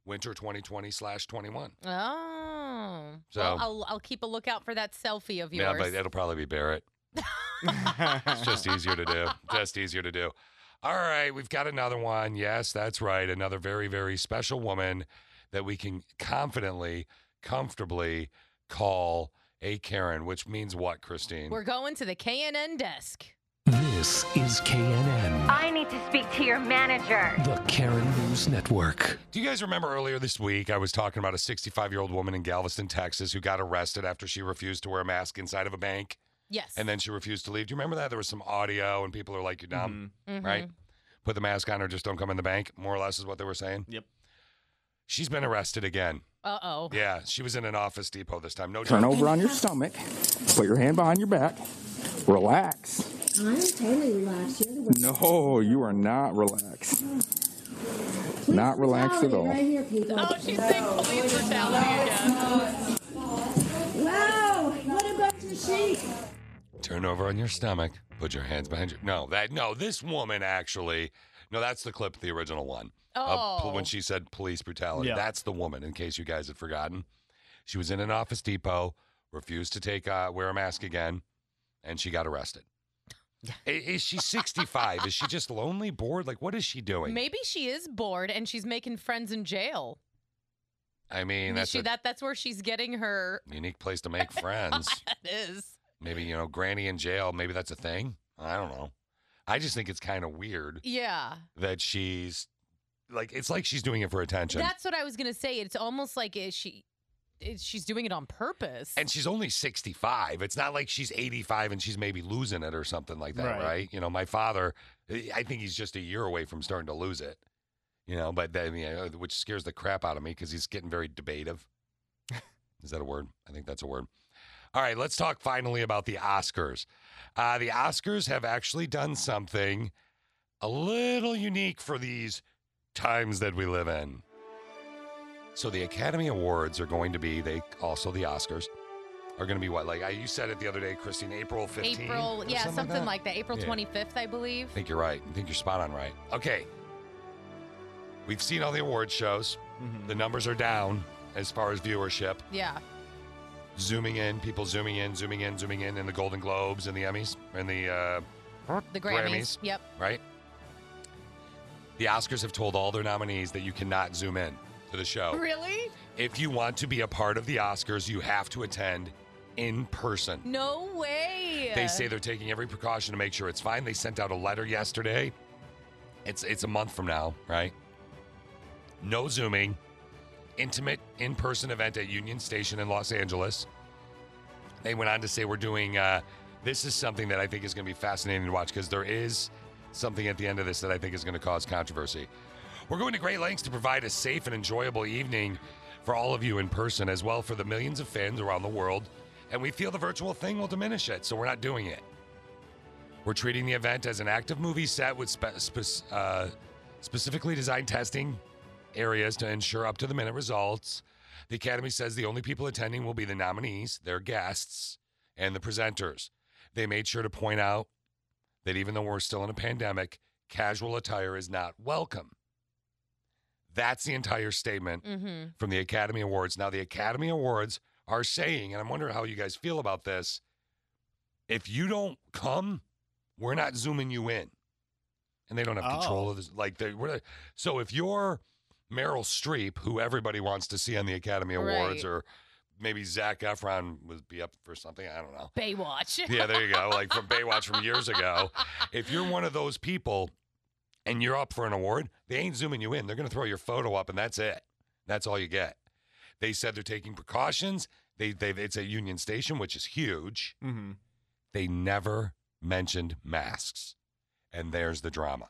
S2: winter 2020 slash 21.
S7: Oh.
S2: So-
S7: well, I'll I'll keep a lookout for that selfie of yours.
S2: Yeah, but it'll probably be Barrett. It's just easier to do. Just easier to do. All right, we've got another one. Yes, that's right. Another very, very special woman that we can confidently, comfortably call a Karen, which means what, Christine?
S7: We're going to the KNN desk.
S14: This is KNN,
S15: I need to speak to your manager.
S14: the Karen News Network.
S2: Do you guys remember earlier this week? I was talking about a 65 year old woman in Galveston, Texas, who got arrested after she refused to wear a mask inside of a bank
S7: Yes.
S2: and then she refused to leave. Do you remember that? There was some audio, and people are like, You're dumb, right? Put the mask on or just don't come in the bank, more or less is what they were saying.
S8: Yep.
S2: She's been arrested again.
S7: Uh oh.
S2: Yeah, she was in an office depot this time. No
S16: Turn
S2: joke.
S16: over on your stomach. Put your hand behind your back. Relax.
S17: I'm totally relaxed. You're the one-
S16: No, you are not relaxed. Not relaxed at
S17: Brutality
S16: all.
S17: Right here, people. Oh, she's saying police brutality again. Wow, what about the sheep?
S2: Turn over on your stomach. Put your hands behind your. No, that no. This woman actually No, that's the clip, the original one.
S7: Oh.
S2: pl- when she said police brutality.
S18: Yeah.
S2: That's the woman, in case you guys had forgotten. She was in an office depot, refused to take uh, wear a mask again, and she got arrested. I- is she 65? is she just lonely, bored? Like, what is she doing?
S7: Maybe she is bored and she's making friends in jail.
S2: I mean, that's
S7: she,
S2: a
S7: that that's where she's getting her.
S2: unique place to make friends.
S7: That is.
S2: Maybe, you know, granny in jail. Maybe that's a thing. I don't know. I just think it's kind of weird
S7: Yeah.
S2: that she's like, it's like she's doing it for attention.
S7: That's what I was gonna say. It's almost like is she, is she's doing it on purpose.
S2: And she's only 65. It's not like she's 85 and she's maybe losing it or something like that, right?
S18: Right.
S2: You know, my father, eh, I think he's just a year away from starting to lose it, you know, but that, you know, which scares the crap out of me because he's getting very debative. Is that a word? I think that's a word. All right, let's talk finally about the Oscars. Uh, the Oscars have actually done something a little unique for these times that we live in. So the Academy Awards are going to be they also the Oscars are going to be what like I, you said it the other day, Christine, April 15th.
S7: April,
S2: or
S7: yeah, something, like, that. April
S2: Yeah.
S7: twenty fifth, I believe.
S2: I think you're right. I think you're spot on right. Okay. We've seen all the award shows. The numbers are down as far as viewership.
S7: Yeah.
S2: Zooming in, people zooming in, zooming in, zooming in, in the Golden Globes and the Emmys and the uh,
S7: The Grammys. Yep.
S2: right? The Oscars have told all their nominees that you cannot zoom in to the show.
S7: Really?
S2: If you want to be a part of the Oscars, you have to attend in person.
S7: No way.
S2: They say they're taking every precaution to make sure it's fine. They sent out a letter yesterday. It's it's a month from now, right? No zooming. Intimate in-person event at Union Station in Los Angeles. They went on to say we're doing uh, this is something that I think is going to be fascinating to watch because there is something at the end of this that I think is going to cause controversy. We're going to great lengths to provide a safe and enjoyable evening for all of you in person, as well for the millions of fans around the world. And we feel the virtual thing will diminish it, so we're not doing it. We're treating the event as an active movie set with spe- spec- uh, specifically designed testing areas to ensure up to the minute results. The Academy says the only people attending will be the nominees, their guests, and the presenters. They made sure to point out that even though we're still in a pandemic, casual attire is not welcome. That's the entire statement
S7: Mm-hmm.
S2: from the Academy Awards. Now, the Academy Awards are saying, and I'm wondering how you guys feel about this if you don't come, we're not zooming you in. And they don't have control of this. Like, they, we're, not- so if you're Meryl Streep, who everybody wants to see on the Academy Awards,
S7: Right.
S2: or maybe Zach Efron would be up for something, I don't know.
S7: Baywatch.
S2: Yeah, there you go. Like from Baywatch from years ago. If you're one of those people and you're up for an award, they ain't zooming you in. They're going to throw your photo up and that's it. That's all you get. They said they're taking precautions. They, they it's at Union Station, which is huge.
S18: Mm-hmm.
S2: They never mentioned masks. And there's the drama.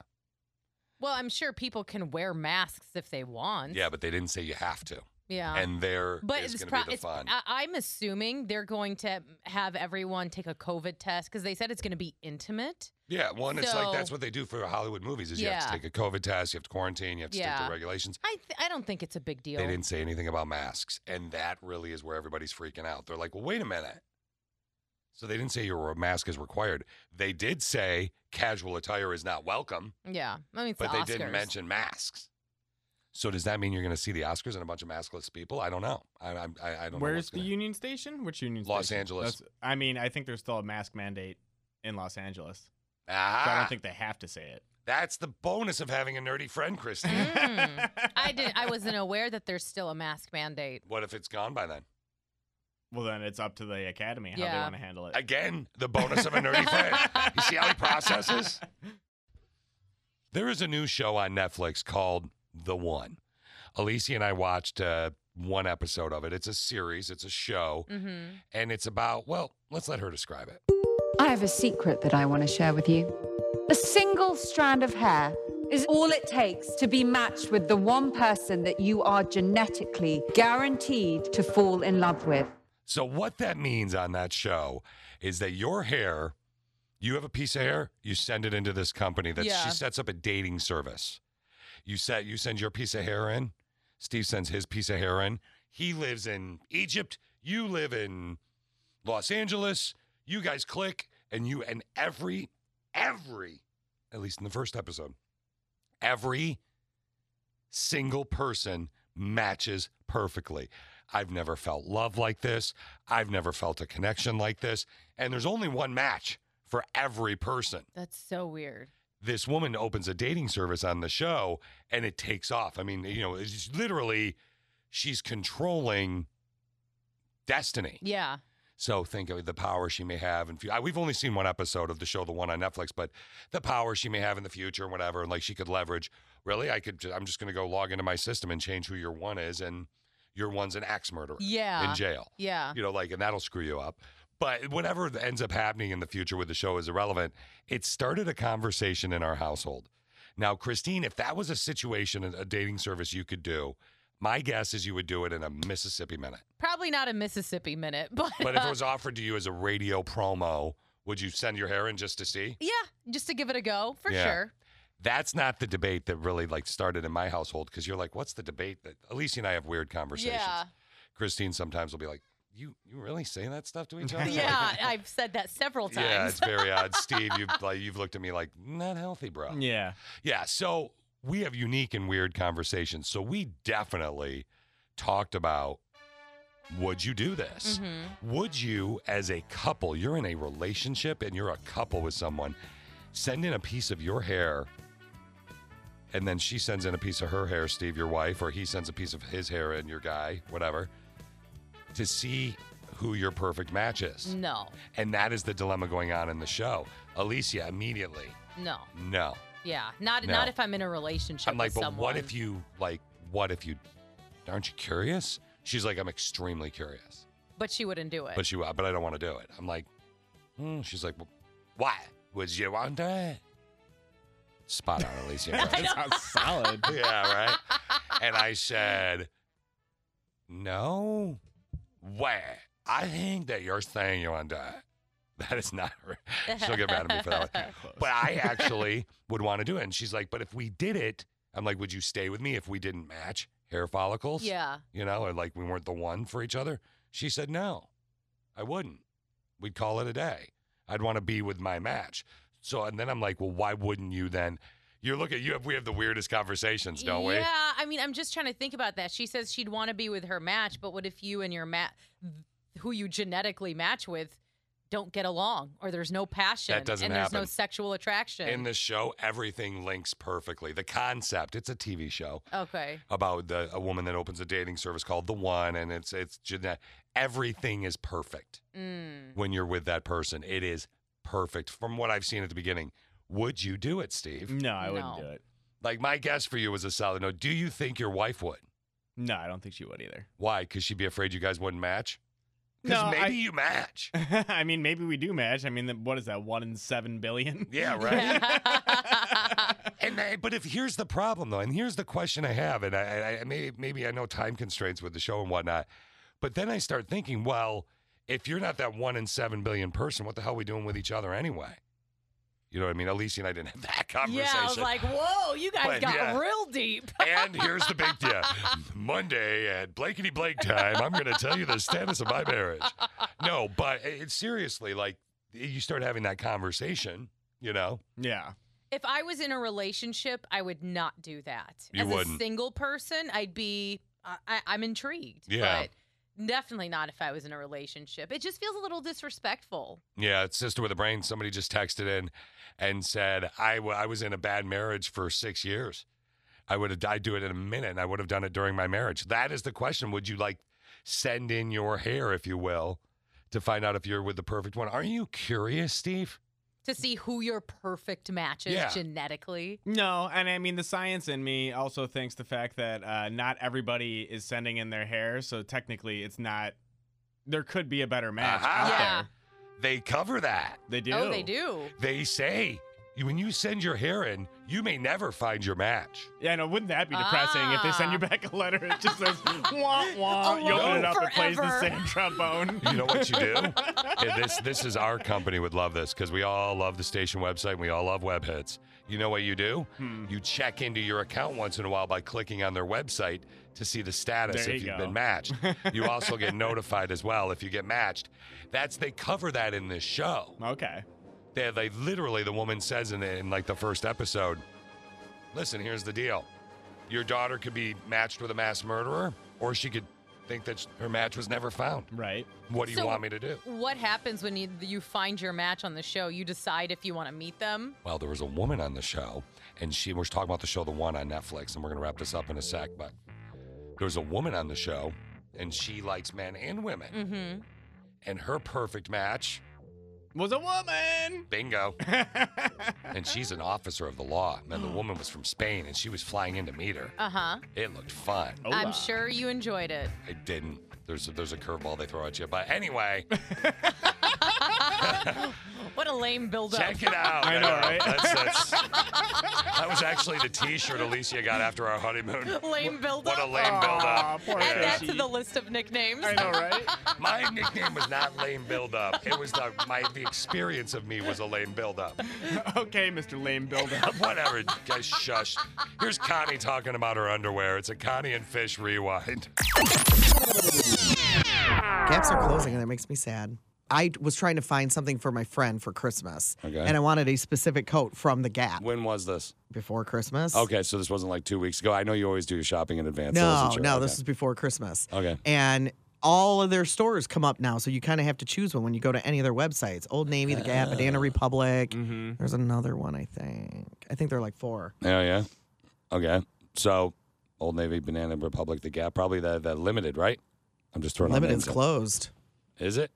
S7: Well, I'm sure people can wear masks if they want.
S2: Yeah, but they didn't say you have to.
S7: Yeah.
S2: And there is
S7: Uh, But it's,
S2: going to
S7: pro-
S2: be the
S7: it's uh,
S2: fun.
S7: I- I'm assuming they're going to have everyone take a COVID test because they said it's going to be intimate.
S2: yeah, one, it's like
S7: So-
S2: that's what they do for Hollywood movies is you have
S7: Yeah.
S2: to take a COVID test, you have to quarantine, you have to stick
S7: Yeah.
S2: to regulations.
S7: I th- I don't think it's a big deal.
S2: They didn't say anything about masks. And that really is where everybody's freaking out. They're like, well, wait a minute. So they didn't say your mask is required. They did say casual attire is not welcome,
S7: Yeah, I mean, it's
S2: but
S7: the
S2: they
S7: Oscars.
S2: didn't mention masks. So does that mean you're going to see the Oscars and a bunch of maskless people? I don't know. I, I, I I don't know.
S18: Where's
S2: what's
S18: the
S2: gonna-
S18: Union Station? Which Union
S2: Los
S18: Station?
S2: Angeles.
S18: That's- I mean, I think there's still a mask mandate in Los Angeles. So I
S2: Ah,
S18: don't think they have to say it.
S2: that's the bonus of having a nerdy friend, Christine.
S7: Mm. I didn't. I wasn't aware that there's still a mask mandate.
S2: what if it's gone by then?
S18: Well, then it's up to the Academy how they
S7: Yeah.
S18: want to handle it.
S2: Again, the bonus of a nerdy friend. You see how he processes? There is a new show on Netflix called The One. Alicia and I watched uh, one episode of it. It's a series, it's a show,
S7: Mm-hmm.
S2: and it's about, well, let's let her describe it.
S19: I have a secret that I want to share with you. A single strand of hair is all it takes to be matched with the one person that you are genetically guaranteed to fall in love with.
S2: So, what that means on that show is that your hair, you have a piece of hair, you send it into this company that
S18: Yeah.
S2: she sets up a dating service. You set, you send your piece of hair in. Steve sends his piece of hair in. He lives in Egypt. You live in Los Angeles. You guys click, and you and every, every, at least in the first episode, every single person matches perfectly. I've never felt love like this. I've never felt a connection like this. And there's only one match for every person.
S7: That's so weird.
S2: This woman opens a dating service on the show and it takes off. I mean, you know, it's literally she's controlling destiny.
S7: Yeah.
S2: So think of the power she may have. And we've only seen one episode of the show, the one on Netflix, but the power she may have in the future and whatever, and like she could leverage. Really, I could. I'm just going to go log into my system and change who your one is, and your one's an axe murderer.
S7: Yeah.
S2: In jail.
S7: Yeah.
S2: You know, like, and that'll screw you up. But whatever ends up happening in the future with the show is irrelevant. It started a conversation in our household. Now, Christine, if that was a situation, a dating service you could do, my guess is you would do it in a Mississippi minute.
S7: Probably not a Mississippi minute, but uh,
S2: But if it was offered to you as a radio promo, would you send your hair in just to see?
S7: yeah, just to give it a go for
S2: Yeah.
S7: sure.
S2: That's not the debate that really like started in my household because you're like, what's the debate that Alicia and I have weird conversations.
S7: Yeah,
S2: Christine sometimes will be like, you you really say that stuff to each other?
S7: yeah,
S2: Like,
S7: I've said that several times.
S2: yeah, it's very odd, Steve. You've like you've looked at me like not healthy, bro.
S18: Yeah.
S2: Yeah. So we have unique and weird conversations. So we definitely talked about would you do this?
S7: Mm-hmm.
S2: Would you, as a couple, you're in a relationship and you're a couple with someone, send in a piece of your hair and then she sends in a piece of her hair, Steve, your wife, or he sends a piece of his hair and your guy, whatever, to see who your perfect match is.
S7: No,
S2: And that is the dilemma going on in the show. Alicia immediately,
S7: no,
S2: no.
S7: yeah, not
S2: No.
S7: not if I'm in a relationship.
S2: I'm like,
S7: with
S2: but
S7: someone.
S2: what if you like? What if you? Aren't you curious? She's like, I'm extremely curious,
S7: But she wouldn't do it.
S2: but she, but I don't want to do it. I'm like, hmm. she's like, well, why would you want that? Spot on, Alicia.
S18: That sounds solid.
S2: yeah, right. And I said, no way. I think that you're saying you want that. That is not. Her. She'll get mad at me for that one. But I actually would want to do it. And she's like, but if we did it, I'm like, would you stay with me if we didn't match hair follicles?
S7: Yeah.
S2: You know, or like we weren't the one for each other. She said, no, I wouldn't. We'd call it a day. I'd want to be with my match. So, and then I'm like, well, why wouldn't you then? You're looking, you have, we have the weirdest conversations, don't we?
S7: Yeah, I mean, I'm just trying to think about that. She says she'd want to be with her match, but what if you and your match, who you genetically match with, don't get along, or there's no passion,
S2: That doesn't
S7: and there's no
S2: happen.
S7: sexual attraction?
S2: In this show, everything links perfectly. The concept, it's a TV show
S7: okay,
S2: about the, a woman that opens a dating service called The One, and it's, it's, gene- everything is perfect.
S7: mm.
S2: when you're with that person. It is perfect from what I've seen at the beginning. Would you do it, Steve?
S7: Mm.
S18: No, I wouldn't
S7: No.
S18: do it.
S2: Like my guess for you was a solid no. Do you think your wife would?
S18: No, I don't think she would either.
S2: Why? Because she'd be afraid you guys wouldn't match. Because
S18: No,
S2: maybe
S18: I-
S2: you match.
S18: I mean, maybe we do match. I mean, the- what is that? One in seven billion?
S2: Yeah, right. and I- but if here's the problem though, and here's the question I have, and I, I, I maybe maybe I know time constraints with the show and whatnot, but then I start thinking, well, if you're not that one in seven billion person, what the hell are we doing with each other anyway? You know what I mean? Alicia and I didn't have that conversation.
S7: yeah, I was like, whoa, you guys
S2: But,
S7: got
S2: yeah.
S7: real deep.
S2: And here's the big yeah. Monday at Blankety Blank time, I'm going to tell you the status of my marriage. No, but it, it's seriously like you start having that conversation, you know?
S18: Yeah.
S7: If I was in a relationship, I would not do that.
S2: You
S7: As a
S2: wouldn't.
S7: single person, I'd be. I, I- I'm intrigued.
S2: Yeah.
S7: But definitely not if I was in a relationship. It just feels a little disrespectful.
S2: Yeah, it's Sister with a Brain. Somebody just texted in and said, I, w- I was in a bad marriage for six years. I would have I'd do it in a minute and I would have done it during my marriage. That is the question. Would you like send in your hair, if you will, to find out if you're with the perfect one? Are you curious, Steve?
S7: to see who your perfect match is
S18: Yeah.
S7: genetically.
S18: No, and I mean the science in me also thinks the fact that uh, not everybody is sending in their hair, so technically it's not. There could be a better match
S2: Aha.
S18: out
S2: Yeah.
S18: there.
S2: They cover that.
S18: They do.
S7: Oh, they do.
S2: They say you- when you send your hair in, you may never find your match.
S18: Yeah, no, wouldn't that be depressing if they send you
S7: Ah.
S18: back a letter? It just says wah wah. You open it up, it plays the
S7: forever.
S18: same trombone.
S2: You know what you do? Yeah, this this is our company would love this because we all love the station website and we all love web hits. You know what you do?
S18: Hmm.
S2: You check into your account once in a while by clicking on their website to see the status
S18: There
S2: if
S18: you
S2: have
S18: go.
S2: been matched. You also get notified as well if you get matched. That's they cover that in this show.
S18: Okay.
S2: They, they literally the woman says in, the, in like the first episode, listen, here's the deal. Your daughter could be matched with a mass murderer, or she could think that sh- her match was never found.
S18: Right.
S2: What do you
S7: So-
S2: want me to do?
S7: What happens when you, you find your match on the show? You decide if you want to meet them.
S2: Well, there was a woman on the show, and she was talking about the show The One on Netflix, and we're going to wrap this up in a sec, but there was a woman on the show, and she likes men and women.
S7: Mm-hmm.
S2: And her perfect match
S18: was a woman.
S2: Bingo. and she's an officer of the law. Man, the woman was from Spain, and she was flying in to meet her.
S7: Uh huh.
S2: It looked fun.
S18: Oh,
S7: I'm sure you enjoyed it.
S2: I didn't. There's a, there's a curveball they throw at you, but anyway,
S7: What a lame build-up.
S2: check it out.
S18: I know, right?
S2: That's, that's, that was actually the T-shirt Alicia got after our honeymoon.
S7: lame build-up.
S2: What a lame
S7: Aw,
S2: build-up.
S7: poor Add that to the list of nicknames. I know,
S18: right?
S2: My nickname was not lame build-up. It was the my the experience of me was a lame build-up.
S18: okay, Mr. Lame Builder.
S2: Whatever, guys, shush. Here's Connie talking about her underwear. It's a Connie and Fish rewind.
S20: Gaps are closing, and that makes me sad. I was trying to find something for my friend for Christmas,
S2: Okay.
S20: and I wanted a specific coat from the Gap
S2: When was this?
S20: before Christmas.
S2: Okay, so this wasn't like two weeks ago. I know you always do your shopping in advance. so I
S20: No,
S2: wasn't sure.
S20: no,
S2: Okay.
S20: this is before Christmas.
S2: Okay.
S20: And all of their stores come up now, so you kind of have to choose one when you go to any of their websites. Old Navy, The Gap,
S2: Uh.
S20: Banana Republic.
S2: Mm-hmm.
S20: There's another one, I think. I think they're like four.
S2: Oh yeah. Okay. So Old Navy, Banana Republic, the Gap, probably the the limited, right? I'm just throwing. out
S20: Limited's
S2: names out.
S20: closed.
S2: Is it?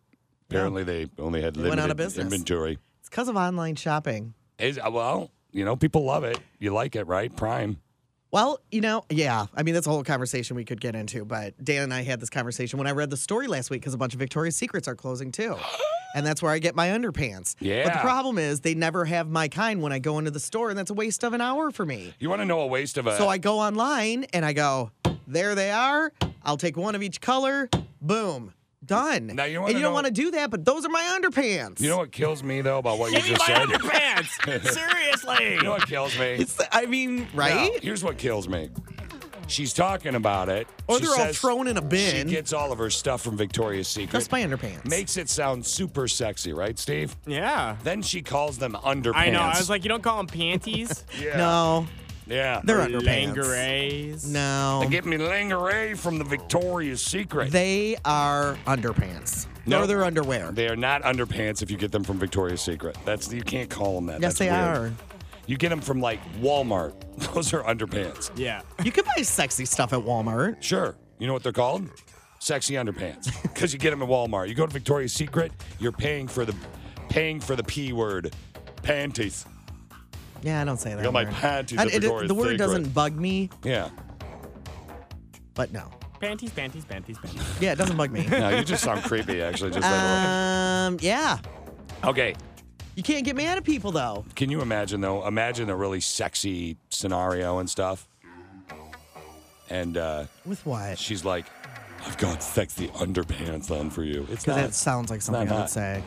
S2: Apparently, they only had
S20: They
S2: limited
S20: went out of business.
S2: inventory.
S20: It's because of online shopping.
S2: Is uh, well, you know, people love it. You like it, right? Prime.
S20: Well, you know, yeah. I mean, that's a whole conversation we could get into, but Dan and I had this conversation when I read the story last week because a bunch of Victoria's Secrets are closing too. And that's where I get my underpants. But
S2: Yeah.
S20: the problem is they never have my kind when I go into the store, and that's a waste of an hour for me.
S2: You want to know a waste of a?
S20: So I go online and I go, there they are. I'll take one of each color. Boom. Done. Now you
S2: wanna
S20: and you
S2: know-
S20: don't want to do that, but those are my underpants.
S2: You know what kills me though about what you
S20: Shave
S2: just
S20: my
S2: said?
S20: underpants! Seriously!
S2: you know what kills me?
S20: I mean, right?
S2: No, here's what kills me. She's talking about it.
S20: Or
S2: She
S20: they're all
S2: says
S20: thrown in a bin.
S2: She gets all of her stuff from Victoria's Secret.
S20: That's my underpants.
S2: Makes it sound super sexy, right, Steve?
S18: Yeah.
S2: Then she calls them underpants.
S18: I know. I was like, you don't call them panties.
S2: yeah.
S20: No.
S2: Yeah.
S20: They're underpants.
S18: Lingeries.
S20: No.
S2: They get me lingerie from the Victoria's Secret.
S20: They are underpants.
S2: No.
S20: Or they're underwear.
S2: They are not underpants if you get them from Victoria's Secret. That's you can't call them that.
S20: Yes,
S2: That's
S20: they are.
S2: weird. You get them from like Walmart. Those are underpants.
S18: Yeah.
S20: You can buy sexy stuff at Walmart.
S2: Sure. You know what they're called? Sexy underpants. Because you get them at Walmart. You go to Victoria's Secret, you're paying for the paying for the p word, panties.
S20: Yeah, I don't say that.
S2: got my
S20: word.
S2: panties
S20: I-
S2: at
S20: it-
S2: Victoria's
S20: The word
S2: Secret.
S20: doesn't bug me,
S2: Yeah.
S20: but no.
S18: Panties, panties, panties, panties.
S20: Yeah, it doesn't bug me.
S2: No, you just sound creepy. Actually, just that
S20: um, yeah.
S2: little. Okay.
S20: You can't get mad at people though.
S2: Can you imagine though? Imagine a really sexy scenario and stuff. And uh,
S20: with what?
S2: She's like, I've got sexy underpants on for you. It's
S20: Because
S2: not.
S20: that sounds like
S2: it's
S20: something
S2: not
S20: I would
S2: hot.
S20: say.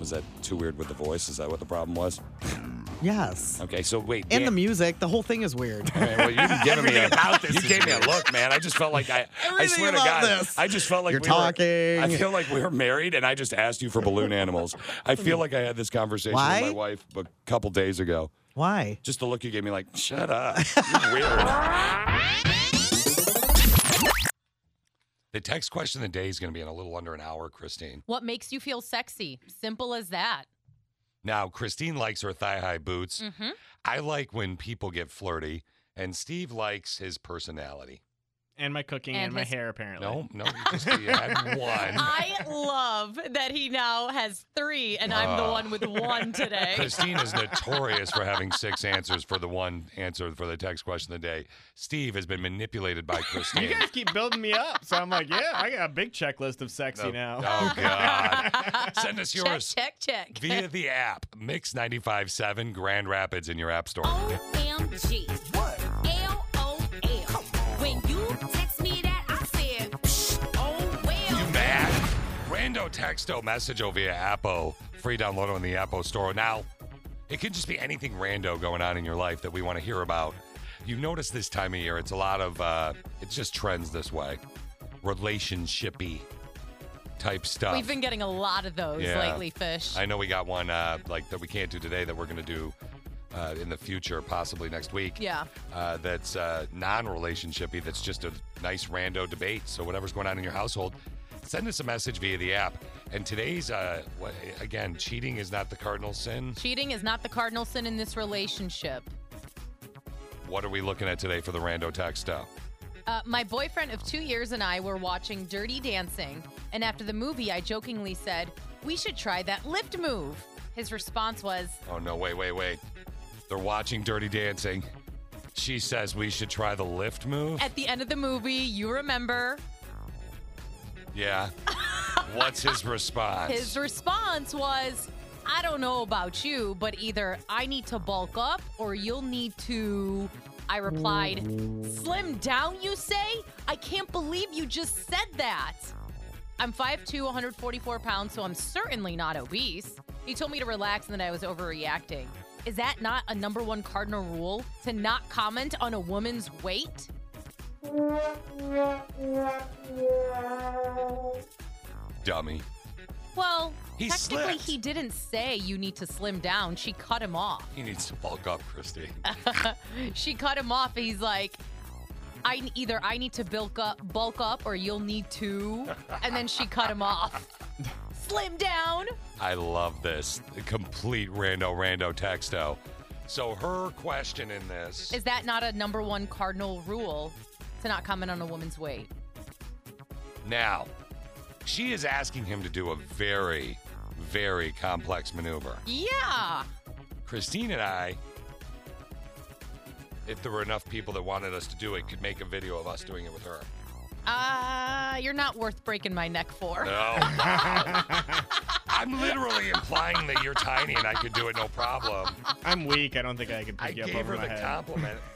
S2: Was that too weird with the voice? Is that what the problem was?
S20: Yes.
S2: Okay, so wait.
S20: And
S2: Dan-
S20: the music, the whole thing is weird.
S2: Man, well, you gave me a,
S20: Everything about this
S2: you
S20: is
S2: gave me a
S20: weird.
S2: look, man. I just felt like I. I
S20: Everything
S2: swear to
S20: about
S2: God,
S20: this.
S2: I just felt like
S20: You're
S2: we Were, I
S20: talking.
S2: feel like we were married, and I just asked you for balloon animals. I feel like I had this conversation
S20: Why?
S2: with my wife a couple days ago.
S20: Why?
S2: Just the look you gave me, like shut up. You're weird. The text question of the day is going to be in a little under an hour, Christine.
S7: What makes you feel sexy? Simple as that.
S2: Now, Christine likes her thigh-high boots.
S18: Mm.
S7: Mm-hmm.
S2: I like when people get flirty, and Steve likes his personality.
S18: And my cooking and,
S7: And
S18: my
S7: his-
S18: hair, apparently.
S2: No, no, you just you had one.
S7: I love that he now has three, and I'm the
S2: Wow.
S7: one with one today.
S2: Christine is notorious for having six answers for the one answer for the text question of the day. Steve has been manipulated by
S18: You
S2: Christine.
S18: guys keep building me up, so I'm like, yeah, I got a big checklist of sexy
S2: No.
S18: now.
S2: Oh, God. Send us
S7: check,
S2: yours
S7: check, check.
S2: via the app, Mix 95.7 Grand Rapids in your app store.
S15: OMG. What? LOL. When you text me that, I said, Psh, oh well.
S2: Mad. Rando texto message over via Apple. Free download on the Apple store. Now, it could just be anything rando going on in your life that we want to hear about. You've noticed this time of year, it's a lot of, uh, it's just trends this way. Relationshipy type stuff.
S7: We've been getting a lot of those
S2: Yeah.
S7: lately, Fish.
S2: I know we got one uh, like that we can't do today that we're gonna do uh, in the future, possibly next week.
S7: Yeah.
S2: Uh, that's uh, non-relationshipy. That's just a nice rando debate. So whatever's going on in your household, send us a message via the app. And today's uh, what, again, cheating is not the cardinal sin.
S7: Cheating is not the cardinal sin in this relationship.
S2: What are we looking at today for the rando text? Though?
S7: Uh, my boyfriend of two years and I were watching Dirty Dancing, and after the movie, I jokingly said, We should try that lift move. His response was,
S2: Oh no! Wait, wait, wait! They're watching Dirty Dancing. She says we should try the lift move.
S7: At the end of the movie, you remember.
S2: Yeah. What's his response?
S7: His response was, I don't know about you, but either I need to bulk up or you'll need to. I replied, Slim down, you say? I can't believe you just said that. I'm 5'2, 144 pounds, so I'm certainly not obese. He told me to relax and that I was overreacting. Is that not a number one cardinal rule to not comment on a woman's weight?
S2: Dummy.
S7: Well,
S2: He
S7: technically,
S2: slipped.
S7: he didn't say you need to slim down. She cut him off.
S2: He needs to bulk up, Christy.
S7: she cut him off. And he's like, I either I need to bulk up, bulk up, or you'll need to. And then she cut him off. Slim down.
S2: I love this. The complete rando rando texto. So her question in this
S7: Is that not a number one cardinal rule to not comment on a woman's weight?
S2: now, she is asking him to do a very, very complex maneuver.
S7: Yeah.
S2: Christine and I, if there were enough people that wanted us to do it, could make a video of us doing it with her.
S7: Uh, you're not worth breaking my neck for.
S2: No. I'm literally implying that you're tiny and I could do it no problem.
S18: I'm weak. I don't think I could pick
S2: I
S18: you up
S2: gave
S18: over
S2: her
S18: my
S2: the
S18: head.
S2: compliment.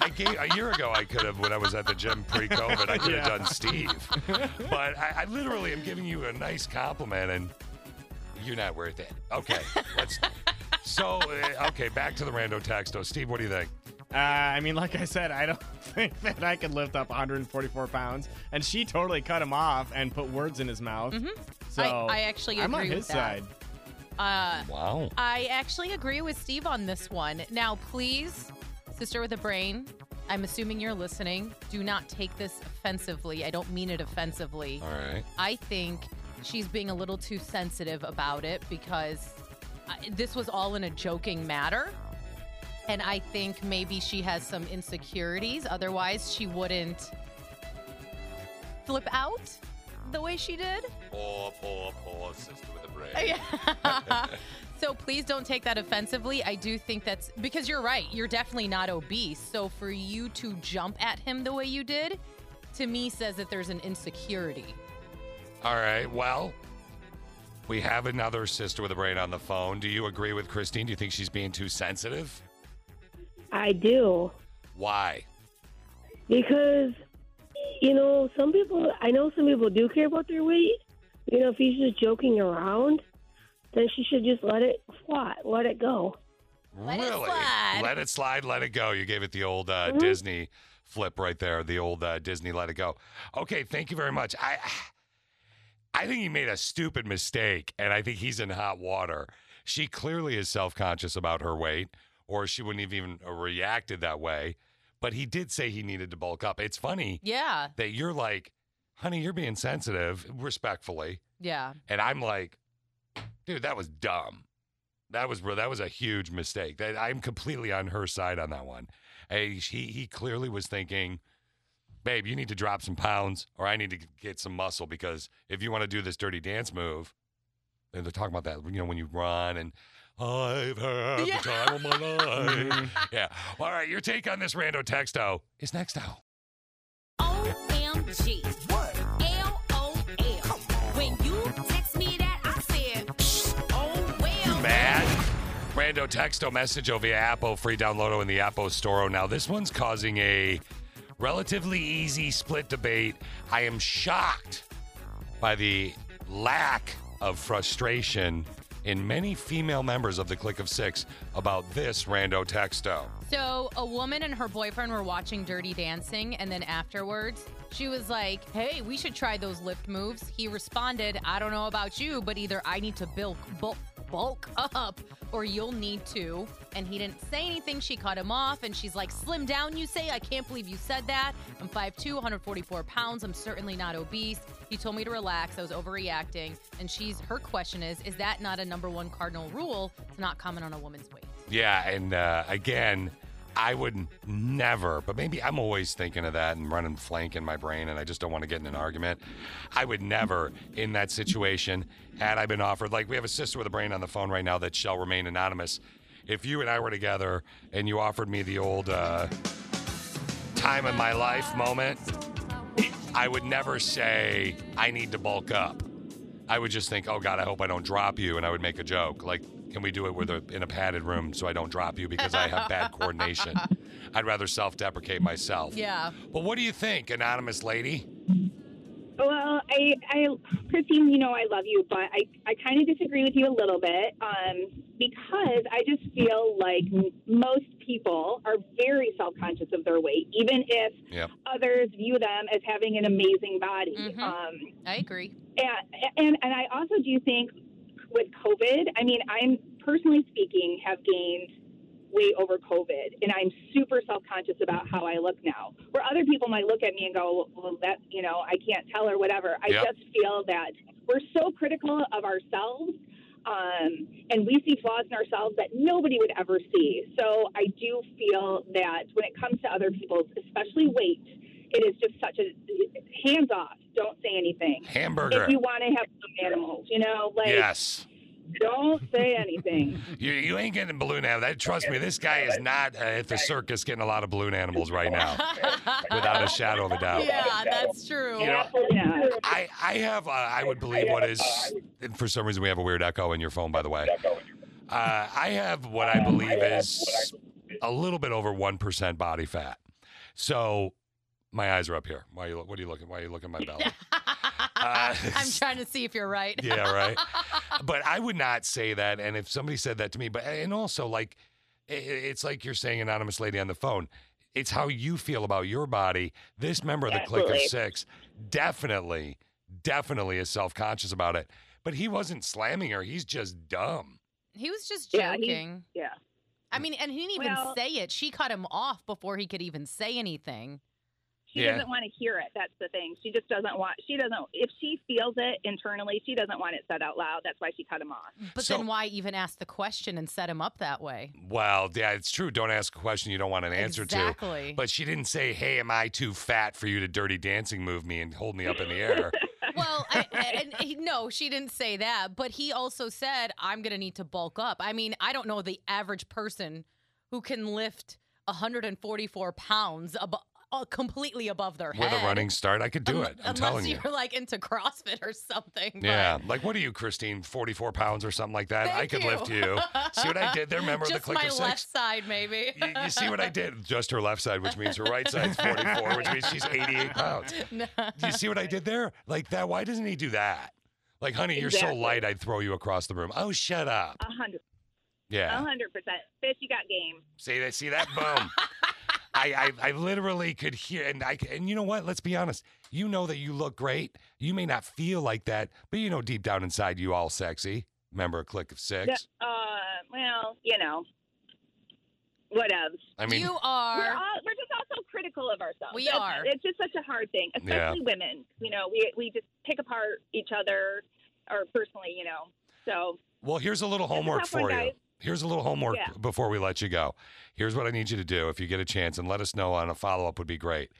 S2: I gave a year ago. I could have when I was at the gym pre-COVID. I could have
S18: Yeah.
S2: done Steve, but I, I literally am giving you a nice compliment, and you're not worth it. Okay, let's. So uh, okay, back to the rando texto. Steve, what do you think?
S18: Uh, I mean, like I said, I don't think that I could lift up 144 pounds, and she totally cut him off and put words in his mouth.
S7: Mhm.
S18: So
S7: I- I actually
S18: I'm on
S7: agree with
S18: his
S7: that.
S18: side.
S7: Uh,
S2: Wow.
S7: I actually agree with Steve on this one. Now, please, sister with a brain, I'm assuming you're listening. Do not take this offensively. I don't mean it offensively.
S2: All right.
S7: I think she's being a little too sensitive about it because uh, this was all in a joking matter. And I think maybe she has some insecurities. Otherwise, she wouldn't flip out the way she did.
S2: Poor, poor, poor sister with a brain.
S7: so please don't take that offensively. I do think that's because you're right. You're definitely not obese. So for you to jump at him the way you did, to me says that there's an insecurity.
S2: All right. Well, we have another sister with a brain on the phone. Do you agree with Christine? Do you think she's being too sensitive?
S21: I do
S2: Why?
S21: because you know some people. I know some people do care about their weight. You know, if he's just joking around, then she should just let it fly, let it go.
S2: Let really? It slide. Let it slide, let it go. You gave it the old uh,
S21: Mhm.
S2: Disney flip right there, the old uh, Disney let it go. Okay, thank you very much. I I think he made a stupid mistake and I think he's in hot water. She clearly is self-conscious about her weight or she wouldn't have even uh, reacted that way. But he did say he needed to bulk up. It's funny
S7: Yeah.
S2: that you're like, "Honey, you're being sensitive, respectfully."
S7: Yeah.
S2: And I'm like, dude, that was dumb. That was that was a huge mistake. That I'm completely on her side on that one. Hey, he he clearly was thinking, babe, you need to drop some pounds, or I need to get some muscle because if you want to do this dirty dance move, and they're talking about that, you know, when you run and I've had
S1: Yeah.
S2: the time of my life. yeah. All right, your take on this rando texto is next out.
S15: OMG. What? LOL. When you text me that, I said, Shh, oh well.
S2: Mad Rando texto message over Apple, free download in the Apple store. Now, this one's causing a relatively easy split debate. I am shocked by the lack of frustration in many female members of the Click of Six about this Rando texto.
S7: So a woman and her boyfriend were watching Dirty Dancing, and then afterwards, she was like, "Hey, we should try those lift moves." He responded, "I don't know about you, but either I need to bulk, bulk, bulk up or you'll need to. And he didn't say anything. She cut him off and she's like, Slim down, you say? I can't believe you said that. I'm 5'2, 144 pounds. I'm certainly not obese. He told me to relax. I was overreacting. And she's, her question is, is that not a number one cardinal rule to not comment on a woman's weight?
S2: Yeah, and uh, again, I would never, but maybe I'm always thinking of that and running flank in my brain, and I just don't want to get in an argument. I would never, in that situation, had I been offered, like we have a sister with a brain on the phone right now that shall remain anonymous. If you and I were together and you offered me the old uh, time in my life moment, I would never say, I need to bulk up. I would just think, oh God, I hope I don't drop you, and I would make a joke. Like, can we do it with a, in a padded room so I don't drop you because I have bad coordination? I'd rather self-deprecate myself.
S7: Yeah.
S2: Well, what do you think, anonymous lady?
S4: Well, I, I, Christine, you know I love you, but I, I kind of disagree with you a little bit um, because I just feel like m- most people are very self conscious of their weight, even if
S2: Yep.
S4: others view them as having an amazing body.
S7: Mhm.
S4: Um,
S7: I agree.
S4: and, and and I also do think with COVID, I mean, I'm personally speaking, have gained weight over COVID, and I'm super self conscious about how I look now. Where other people might look at me and go, "Well, that you know, I can't tell or whatever." I
S22: Yep.
S4: just feel that we're so critical of ourselves. Um, and we see flaws in ourselves that nobody would ever see. So I do feel that when it comes to other people's, especially weight, it is just such a hands off. Don't say anything.
S2: Hamburger.
S4: If you want to have animals, you know, like
S2: yes.
S4: don't say anything.
S2: You, you ain't getting balloon animal. That, trust me, this guy is not uh, at the circus getting a lot of balloon animals right now, without a shadow of a doubt.
S7: Yeah, that's true.
S2: You know, I, I have, uh, I would believe what is, and for some reason, we have a weird echo in your phone, by the way. Uh, I have what I believe is a little bit over 1% body fat. So my eyes are up here. Why are you, lo- what are you looking, why are you looking at my belly? Uh,
S7: I'm trying to see if you're right.
S2: yeah, right. But I would not say that. And if somebody said that to me, but and also like, i- i- it's like you're saying anonymous lady on the phone. It's how you feel about your body. This member of the Click
S23: Absolutely.
S2: of Six definitely, definitely is self conscious about it. But he wasn't slamming her. He's just dumb.
S7: He was just
S4: Yeah, he-
S7: joking.
S4: Yeah.
S7: I mean, and he didn't even
S4: Well-
S7: say it. She cut him off before he could even say anything.
S4: She
S7: Yeah.
S4: doesn't want to hear it. That's the thing. She just doesn't want. She doesn't. If she feels it internally, she doesn't want it said out loud. That's why she cut him off.
S7: But then why even ask the question and set him up that way?
S2: Well, yeah, it's true. Don't ask a question you don't want an answer
S7: Exactly.
S2: to. But she didn't say, "Hey, am I too fat for you to dirty dancing move me and hold me up in the air?"
S7: Well, I, and he, no, she didn't say that. But he also said, I'm going to need to bulk up. I mean, I don't know the average person who can lift 144 pounds abo- uh, completely above their
S2: With
S7: head.
S2: a running start, I could do
S7: Unle-
S2: it. I'm
S7: Um, unless
S2: telling you.
S7: you're like into CrossFit or something. but-
S2: Yeah. Like, what are you, Christine? 44 pounds or something like that? I
S7: Thank
S2: could lift you. See what I did there? Member of the
S7: Just
S2: click
S7: my
S2: of six?
S7: left side, maybe.
S2: You, you see what I did? Just her left side, which means her right side's 44, which means she's 88 pounds. Do you see what I did there? Like, that, why doesn't he do that? Like, honey, you're
S4: Exactly.
S2: so light, I'd throw you across the room. Oh, shut up.
S4: A hundred.
S2: Yeah.
S4: A hundred percent. Fish, you got game.
S2: See that? See that? Boom. I, I, I literally could hear, and I, and you know what? Let's be honest. You know that you look great. You may not feel like that, but you know deep down inside you all sexy. Member a click of six.
S4: Yeah, Uh, well, you know, whatevs.
S2: I mean- You
S7: are-
S4: We're, all, we're just also critical of ourselves.
S7: We
S4: That's-
S7: are.
S4: It's just such a hard thing,
S2: Yeah.
S4: especially women. You know, we we just pick apart each other, or personally, you know. So
S2: Well, here's a little
S4: That's a
S2: homework
S4: tough one,
S2: for you.
S4: guys.
S2: Here's a little homework
S4: Yeah.
S2: before we let you go. Here's what I need you to do if you get a chance, and let us know on a follow up would be great.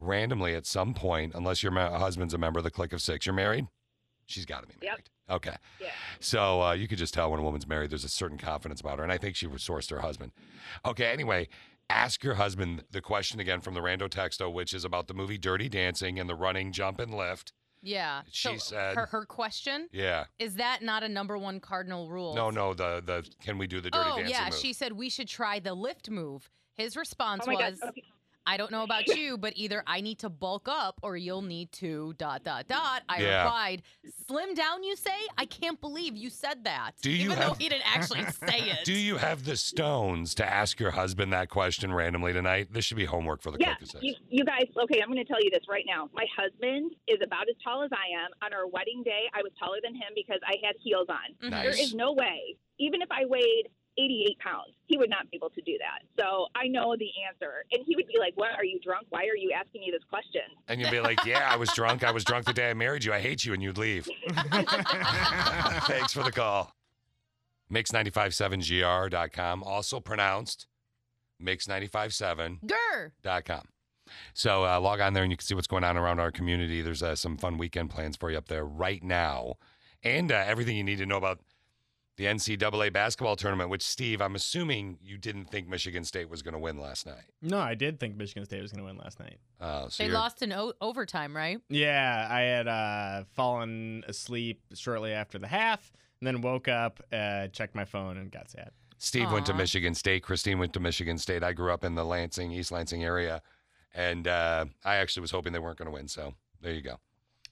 S2: Randomly at some point, unless your ma- husband's a member of the click of six, you're married. She's got to be married. Okay.
S4: Yeah.
S2: So uh, you could just tell when a woman's married, there's a certain confidence about her, and I think she sourced her husband. Okay. Anyway, ask your husband the question again from the rando texto, which is about the movie Dirty Dancing and the running jump and lift.
S7: Yeah.
S2: She
S7: so
S2: said-
S7: her, her question
S2: Yeah.
S7: is that not a number one cardinal rule?
S2: No, no. The the can we do the dirty
S7: oh
S2: dancing
S7: yeah,
S2: move?
S7: she said we should try the lift move. His response
S4: Oh my God,
S7: was,
S4: okay.
S7: I don't know about you, but either I need to bulk up or you'll need to dot dot dot. I
S2: Yeah.
S7: replied, "Slim down, you say? I can't believe you said that."
S2: Do you
S7: Even though
S2: have-
S7: he didn't actually say it.
S2: Do you have the stones to ask your husband that question randomly tonight? This should be homework for the
S4: yeah,
S2: caucuses.
S4: you, you guys, okay, I'm going to tell you this right now. My husband is about as tall as I am. On our wedding day, I was taller than him because I had heels on.
S7: Mm-hmm.
S2: Mhm.
S4: There
S2: Nice.
S4: is no way, even if I weighed 88 pounds, he would not be able to do that. So I know the answer. And he would be like, What? Are you drunk? Why are you asking me this question?
S2: And you'll be like, "Yeah, I was drunk. I was drunk the day I married you. I hate you," and you'd leave. Thanks for the call. Mix957gr.com, also pronounced Mix957.
S7: Grr.
S2: dot com. So uh, log on there and you can see what's going on around our community. There's uh, some fun weekend plans for you up there right now, and uh, everything you need to know about the NCAA basketball tournament. Which Steve, I'm assuming you didn't think Michigan State was going to win last night.
S18: No, I did think Michigan State was going to win last night.
S2: Uh, so
S7: they
S2: you're-
S7: lost in o- overtime, right?
S18: Yeah, I had uh, fallen asleep shortly after the half, and then woke up, uh, checked my phone, and got sad.
S2: Steve went to
S18: Aw.
S2: Michigan State. Christine went to Michigan State. I grew up in the Lansing, East Lansing area, and uh, I actually was hoping they weren't going to win. So there you go.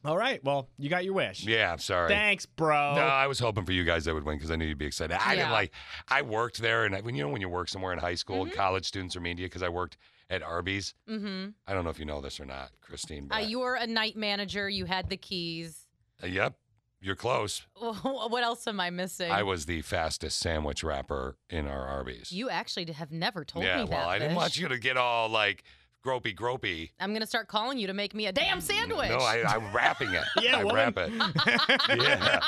S18: All right, well, you got your wish.
S2: Yeah, I'm sorry.
S18: Thanks, bro.
S2: No,
S7: Oh.
S2: I was hoping for you guys that would win because I knew you'd be excited. I didn't
S18: Yeah.
S2: like. I worked there, and I, when you know when you work somewhere in high school, college students or media, because I worked at Arby's.
S7: Mm-hmm.
S2: I don't know if you know this or not, Christine.
S7: Uh,
S2: But,
S7: you were a night manager. You had the keys.
S2: Uh, yep, you're close.
S7: what else am I missing?
S2: I was the fastest sandwich wrapper in our Arby's.
S7: You actually d- have never told
S2: yeah,
S7: me
S2: well,
S7: that.
S2: I didn't
S7: Vish.
S2: want you to get all like gropey, gropey.
S7: I'm gonna start calling you to make me a damn sandwich.
S2: No, I, I'm wrapping it.
S7: Yeah,
S2: I
S7: woman.
S2: wrap it. yeah.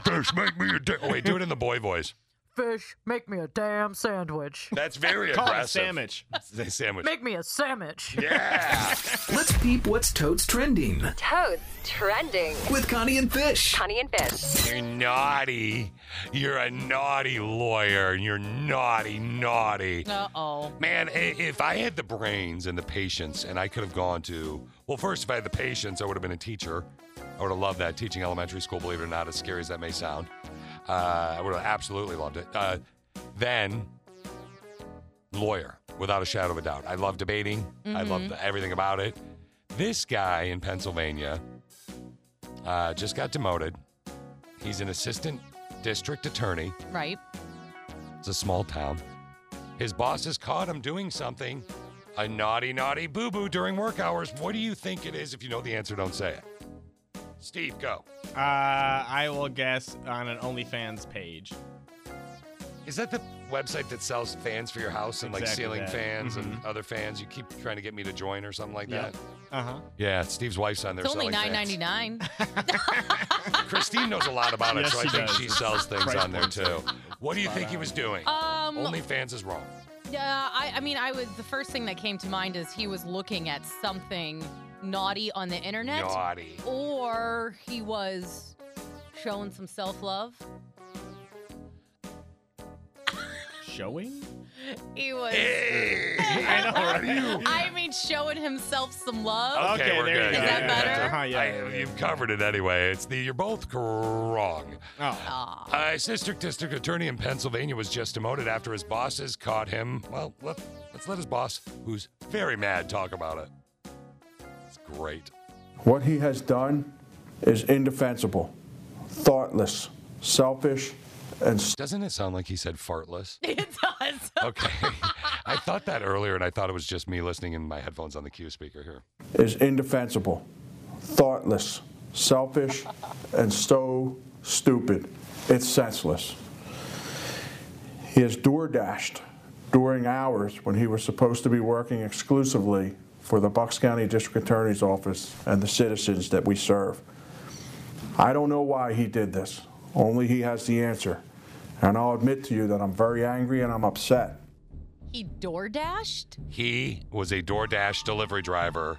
S2: Fish, make me a. Da- Wait, do it in the boy voice.
S3: Fish, make me a damn sandwich.
S2: That's very
S3: Call it
S2: aggressive.
S3: sandwich.
S18: Uh,
S2: Say sandwich.
S3: Make me a sandwich.
S2: Yeah.
S14: Let's peep what's totes trending.
S15: Toads trending
S14: With Connie and Fish.
S15: Connie and Fish.
S2: You're naughty. You're a naughty lawyer. You're naughty, naughty.
S7: Uh oh.
S2: Man, i- if I had the brains and the patience, and I could have gone to, well, first, if I had the patience, I would have been a teacher. I would have loved that. Teaching elementary school, believe it or not, as scary as that may sound, uh, I would have absolutely loved it. Uh, then, lawyer, without a shadow of a doubt. I love debating, I love
S3: Mhm.
S2: the- everything about it. This guy in Pennsylvania uh, just got demoted. He's an assistant district attorney.
S7: Right.
S2: It's a small town. His bosses caught him doing something, a naughty, naughty boo boo during work hours. What do you think it is? If you know the answer, don't say it. Steve, go.
S18: Uh, I will guess on an OnlyFans page.
S2: Is that the website that sells fans for your house and like
S18: Exactly
S2: ceiling
S18: that. Mm-hmm.
S2: fans and other fans? You keep trying to get me to join or something like
S18: Yep.
S2: that.
S18: Uh huh.
S2: Yeah, Steve's wife's on there.
S7: It's only
S2: selling
S7: nine ninety
S2: fans.
S7: nine.
S2: Christine knows a lot about it,
S18: Yes,
S2: so I
S18: she
S2: think
S18: does.
S2: she sells things
S18: Price
S2: on there
S18: points
S2: too. What do you
S18: Spot
S2: think he
S18: on.
S2: was doing?
S7: Um,
S2: OnlyFans is wrong.
S7: Yeah, I, I mean, I was the first thing that came to mind is he was looking at something naughty on the internet,
S2: Naughty.
S7: or he was showing some self love.
S18: Showing?
S7: He was.
S18: I know, right? Uh,
S7: I mean, showing himself some love.
S2: Okay, we're
S18: there you
S2: good.
S18: go.
S7: Is that
S2: Yeah.
S7: better?
S18: Uh-huh, yeah,
S2: I-
S18: yeah, yeah.
S2: You've covered it anyway. It's the you're both cr- wrong.
S18: Oh.
S2: Uh, his district district attorney in Pennsylvania was just demoted after his bosses caught him. Well, let, let's let his boss, who's very mad, talk about it. It's great.
S22: What he has done is indefensible, thoughtless, selfish, and
S2: doesn't it sound like he said fartless?
S7: It does.
S18: uh,
S2: Okay. I thought that earlier, and I thought it was just me listening in my headphones on the Q speaker here.
S22: is indefensible, thoughtless, selfish, and so stupid. It's senseless. He has door dashed during hours when he was supposed to be working exclusively for the Bucks County District Attorney's Office and the citizens that we serve. I don't know why he did this. Only he has the answer. And I'll admit to you that I'm very angry and I'm upset.
S7: He door dashed.
S2: He was a DoorDash delivery driver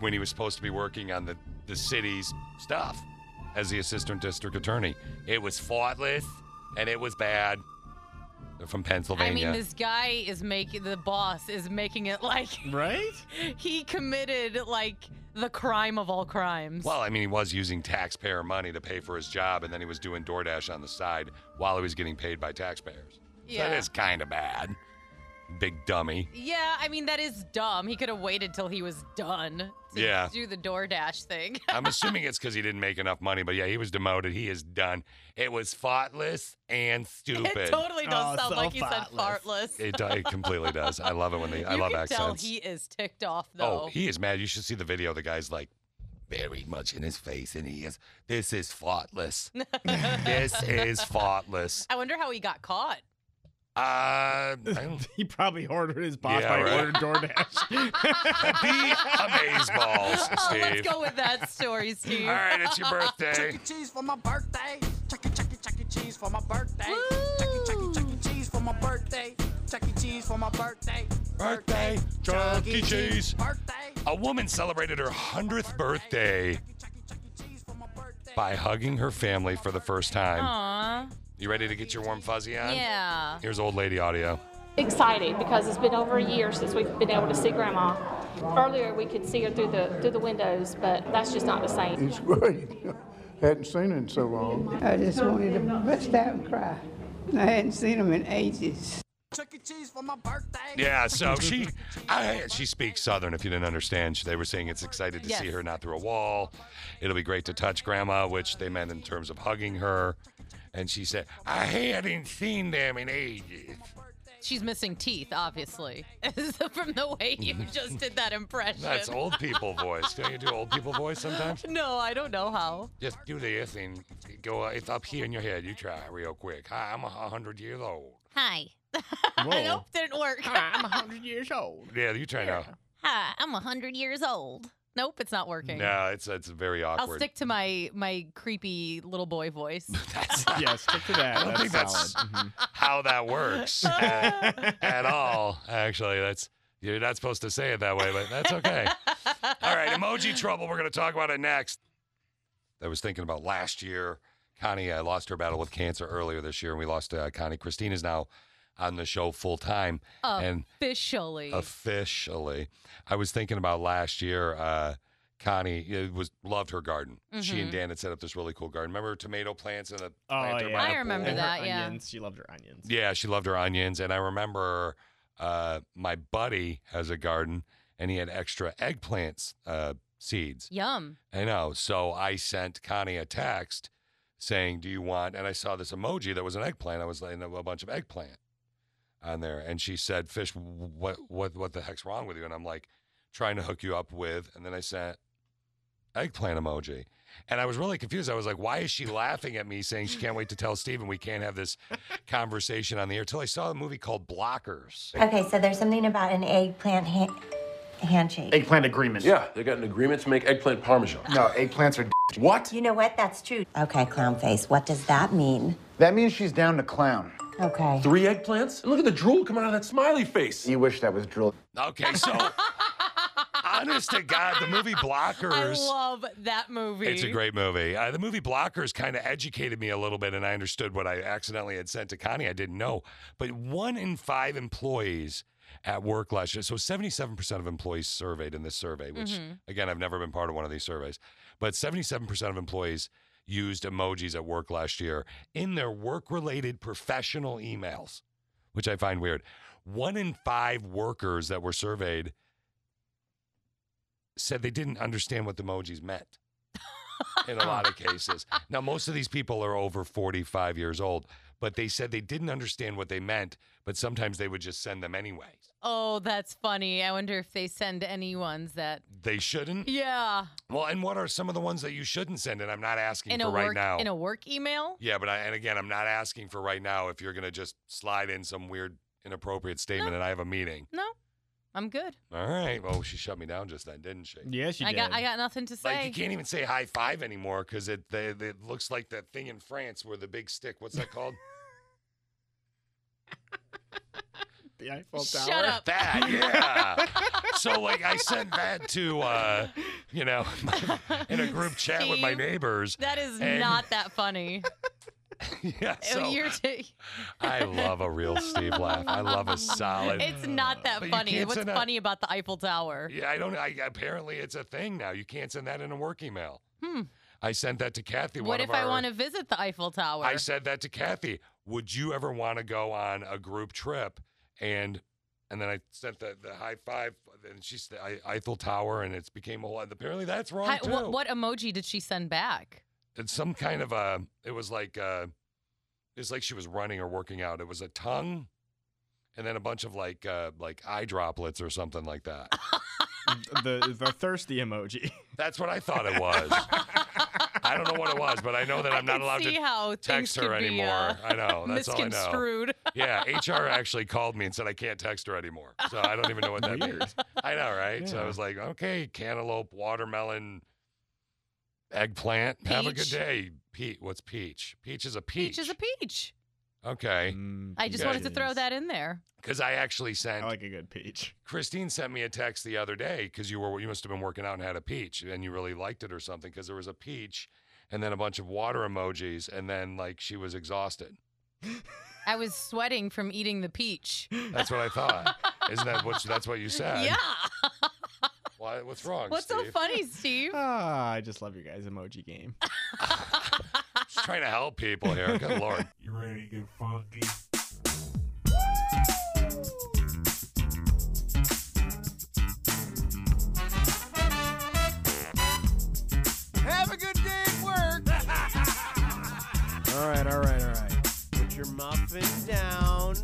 S2: when he was supposed to be working on the, the city's stuff as the assistant district attorney. It was faultless and it was bad. They're from
S7: I
S2: Pennsylvania.
S7: mean, this guy is making the boss is making it like
S18: right.
S7: he committed like the crime of all crimes.
S2: well, I mean, he was using taxpayer money to pay for his job, and then he was doing DoorDash on the side while he was getting paid by taxpayers. So
S7: Yeah.
S2: that is kind of bad. big dummy.
S7: Yeah, I mean that is dumb. He could have waited till he was done to
S2: Yeah.
S7: do the DoorDash thing.
S2: I'm assuming it's because he didn't make enough money, but yeah, he was demoted. He is done. It was thoughtless and stupid.
S7: It totally does sound like you said fartless.
S2: It, do- it completely does. I love it when they. I
S7: you
S2: love
S7: can tell
S2: accents.
S7: he is ticked off though.
S2: oh, he is mad. You should see the video. The guy's like very much in his face, and he is. This is thoughtless. this is thoughtless.
S7: I wonder how he got caught.
S2: Uh,
S18: he probably ordered his boss
S2: Yeah,
S18: by
S2: right.
S18: ordered DoorDash.
S2: These balls,
S7: Oh,
S2: Steve.
S7: let's go E with that story, Steve.
S2: All right, it's your birthday.
S1: Cheese for my birthday. Chuck E. Chuck E. Chuck E. Cheese for my birthday. Chuck E. Chuck E. Chuck E. Cheese for my birthday. Chuck E. Cheese for my birthday.
S2: Birthday, Chuck E. Cheese.
S1: Birthday.
S2: A woman celebrated her 100th birthday by hugging her family for the first time.
S7: Aww.
S2: You ready to get your warm fuzzy on?
S7: Yeah.
S2: Here's old lady audio.
S5: excited because it's been over a year since we've been able to see grandma. Earlier we could see her through the through the windows, but that's just not the same.
S11: It's great. Hadn't seen her in so long.
S23: I just wanted to bust out and cry. I hadn't seen him in ages.
S1: Chuck E. Cheese for my birthday.
S2: Yeah, so she I, she speaks Southern. If you didn't understand, She- they were saying it's excited to see
S7: Yes.
S2: her not through a wall. It'll be great to touch Grandma, which they meant in terms of hugging her. And she said, "I hadn't seen them in ages."
S7: She's missing teeth, obviously, from the way you just did that impression.
S2: That's old people voice. Don't you do old people voice sometimes?
S7: No, I don't know how.
S2: Just do this and go. uh, It's up here in your head. You try it real quick. Hi, I'm a hundred years old.
S7: Hi. nope, didn't work. I'm 100 years old.
S2: Yeah, you try now.
S7: Hi, I'm 100 years old. Nope, it's not working.
S2: No, it's it's very awkward.
S7: I'll stick to my my creepy little boy voice.
S18: yeah, stick to that.
S2: I don't
S18: that's
S2: think that's
S18: solid. Mhm.
S2: how that works at, at all. Actually, that's you're not supposed to say it that way, but that's okay. all right, emoji trouble. We're going to talk about it next. I was thinking about last year. Connie, I lost her battle with cancer earlier this year, and we lost uh, Connie. Christine is now on the show full time, and
S7: Um, Officially.
S2: officially. I was thinking about last year. Uh, Connie it was loved her garden. She and
S7: Mhm.
S2: Dan had set up this really cool garden. Remember tomato plants and the
S18: Oh
S2: planter
S18: yeah,
S2: by the
S7: I remember
S2: pool?
S18: And her
S7: that, yeah.
S18: Onions. She loved her onions.
S2: Yeah, she loved her onions, and I remember uh, my buddy has a garden, and he had extra eggplants uh, seeds.
S7: Yum.
S2: I know. So I sent Connie a text saying, "Do you want?" And I saw this emoji that was an eggplant. I was like, a bunch of eggplant on there, and she said, "Fish, what, what, what the heck's wrong with you?" And I'm like, trying to hook you up with, and then I sent eggplant emoji. And I was really confused. I was like, why is she laughing at me saying she can't wait to tell Steven we can't have this conversation on the air? Till I saw a movie called Blockers.
S24: Okay, so there's something about an eggplant ha- handshake.
S25: Eggplant agreement. Yeah, they got an agreement to make eggplant parmesan. No, eggplants are. What?
S24: You know what? That's true. Okay, clown face. What does that mean?
S25: That means she's down to clown.
S24: Okay.
S25: Three eggplants? And look at the drool coming out of that smiley face. You wish that was drool.
S2: Okay, so honest to God, the movie
S7: I
S2: Blockers.
S7: love that movie.
S2: It's a great movie. Uh, the movie Blockers kind of educated me a little bit, and I understood what I accidentally had sent to Connie. I didn't know. But one in five employees at work last year, so 77% of employees surveyed in this survey, which,
S26: Mhm.
S2: again, I've never been part of one of these surveys, but 77% of employees used emojis at work last year in their work related professional emails, which I find weird. One in five workers that were surveyed said they didn't understand what the emojis meant in a lot of cases. Now, most of these people are over 45 years old, but they said they didn't understand what they meant, but sometimes they would just send them anyway.
S7: Oh, that's funny. I wonder if they send any ones that.
S2: They shouldn't.
S7: Yeah.
S2: Well, and what are some of the ones that you shouldn't send? And I'm not asking
S7: In
S2: for
S7: a
S2: right
S7: work
S2: now.
S7: in a work email.
S2: yeah, but I, and again, I'm not asking for right now if you're going to just slide in some weird inappropriate statement and I have a meeting.
S7: No, I'm good.
S2: All right. Well, she shut me down just then, didn't she?
S18: Yeah, she
S7: I got I got nothing to say.
S2: Like you can't even say high five anymore because it, they- they- it looks like that thing in France where the big stick. What's that called?
S18: The Eiffel
S7: Shut
S18: Tower.
S7: up.
S2: That yeah. so like I sent that to uh, you know in a group chat with my
S7: Steve,
S2: neighbors.
S7: That is
S2: and-
S7: not that funny. Oh,
S2: yeah. So
S7: You're t-
S2: I love a real Steve laugh. I love a solid.
S7: it's not that
S2: But you
S7: funny.
S2: can't
S7: What's
S2: send a-
S7: funny about the Eiffel Tower?
S2: Yeah, I don't. I, apparently, it's a thing now. You can't send that in a work email.
S7: Hmm.
S2: I sent that to Kathy. one
S7: What
S2: of
S7: if I
S2: our-
S7: want to visit the Eiffel Tower?
S2: I said that to Kathy. Would you ever want to go on a group trip and And then I sent the, the high five, and she's the I- Eiffel Tower, and it's became a lot. Apparently, that's wrong
S7: Hi-
S2: too.
S7: what, what emoji did she send back?
S2: It's some kind of a. It was like uh it's like she was running or working out. It was a tongue, and then a bunch of like uh like eye droplets or something like that.
S18: the the thirsty emoji.
S2: That's what I thought it was. I don't know what it was, but I know that
S7: I
S2: I'm not
S7: can
S2: allowed
S7: see
S2: to
S7: how
S2: text
S7: things
S2: her
S7: could be,
S2: anymore.
S7: uh,
S2: I know. That's all I know.
S7: misconstrued.
S2: Yeah, HR actually called me and said I can't text her anymore. So I don't even know what that
S18: Weird.
S2: means. I know, right? So I
S18: Yeah.
S2: was like, okay, cantaloupe, watermelon, eggplant. Have a good
S7: Peach.
S2: day. Pete, what's peach? Peach is a peach.
S7: Peach is a peach.
S2: okay.
S9: Mm,
S7: I just wanted to throw that in there.
S2: because Mm, I actually sent. I
S18: like a good peach.
S2: Christine sent me a text the other day because you were you must have been working out and had a peach and you really liked it or something because there was a peach and then a bunch of water emojis and then like she was exhausted.
S7: I was sweating from eating the peach.
S2: That's what I thought. Isn't that what that's what you said?
S7: Yeah.
S2: Why, what's wrong?
S7: What's so
S2: Steve?
S7: funny, Steve?
S18: Ah, I just love your guys' emoji game.
S2: Just trying to help people here. Good lord.
S18: You ready to get funky?
S6: Have a good day at work.
S9: All right, all right, all right. Put your muffin down,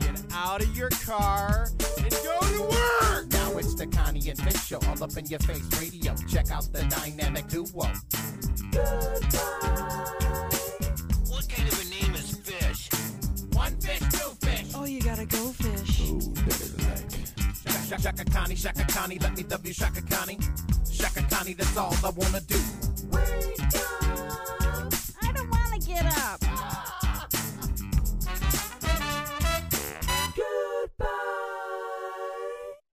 S9: get out of your car, and go to work!
S6: Now it's the Connie and Big Show, all up in your face radio. Check out the dynamic duo.
S10: What kind of a name is Fish?
S6: One fish, two fish. Oh, you gotta go fish. Ooh, dirty leg. Shaka, shaka, shaka Connie, Shaka Connie, let me W Shaka Connie. Shaka Connie, that's all I wanna do.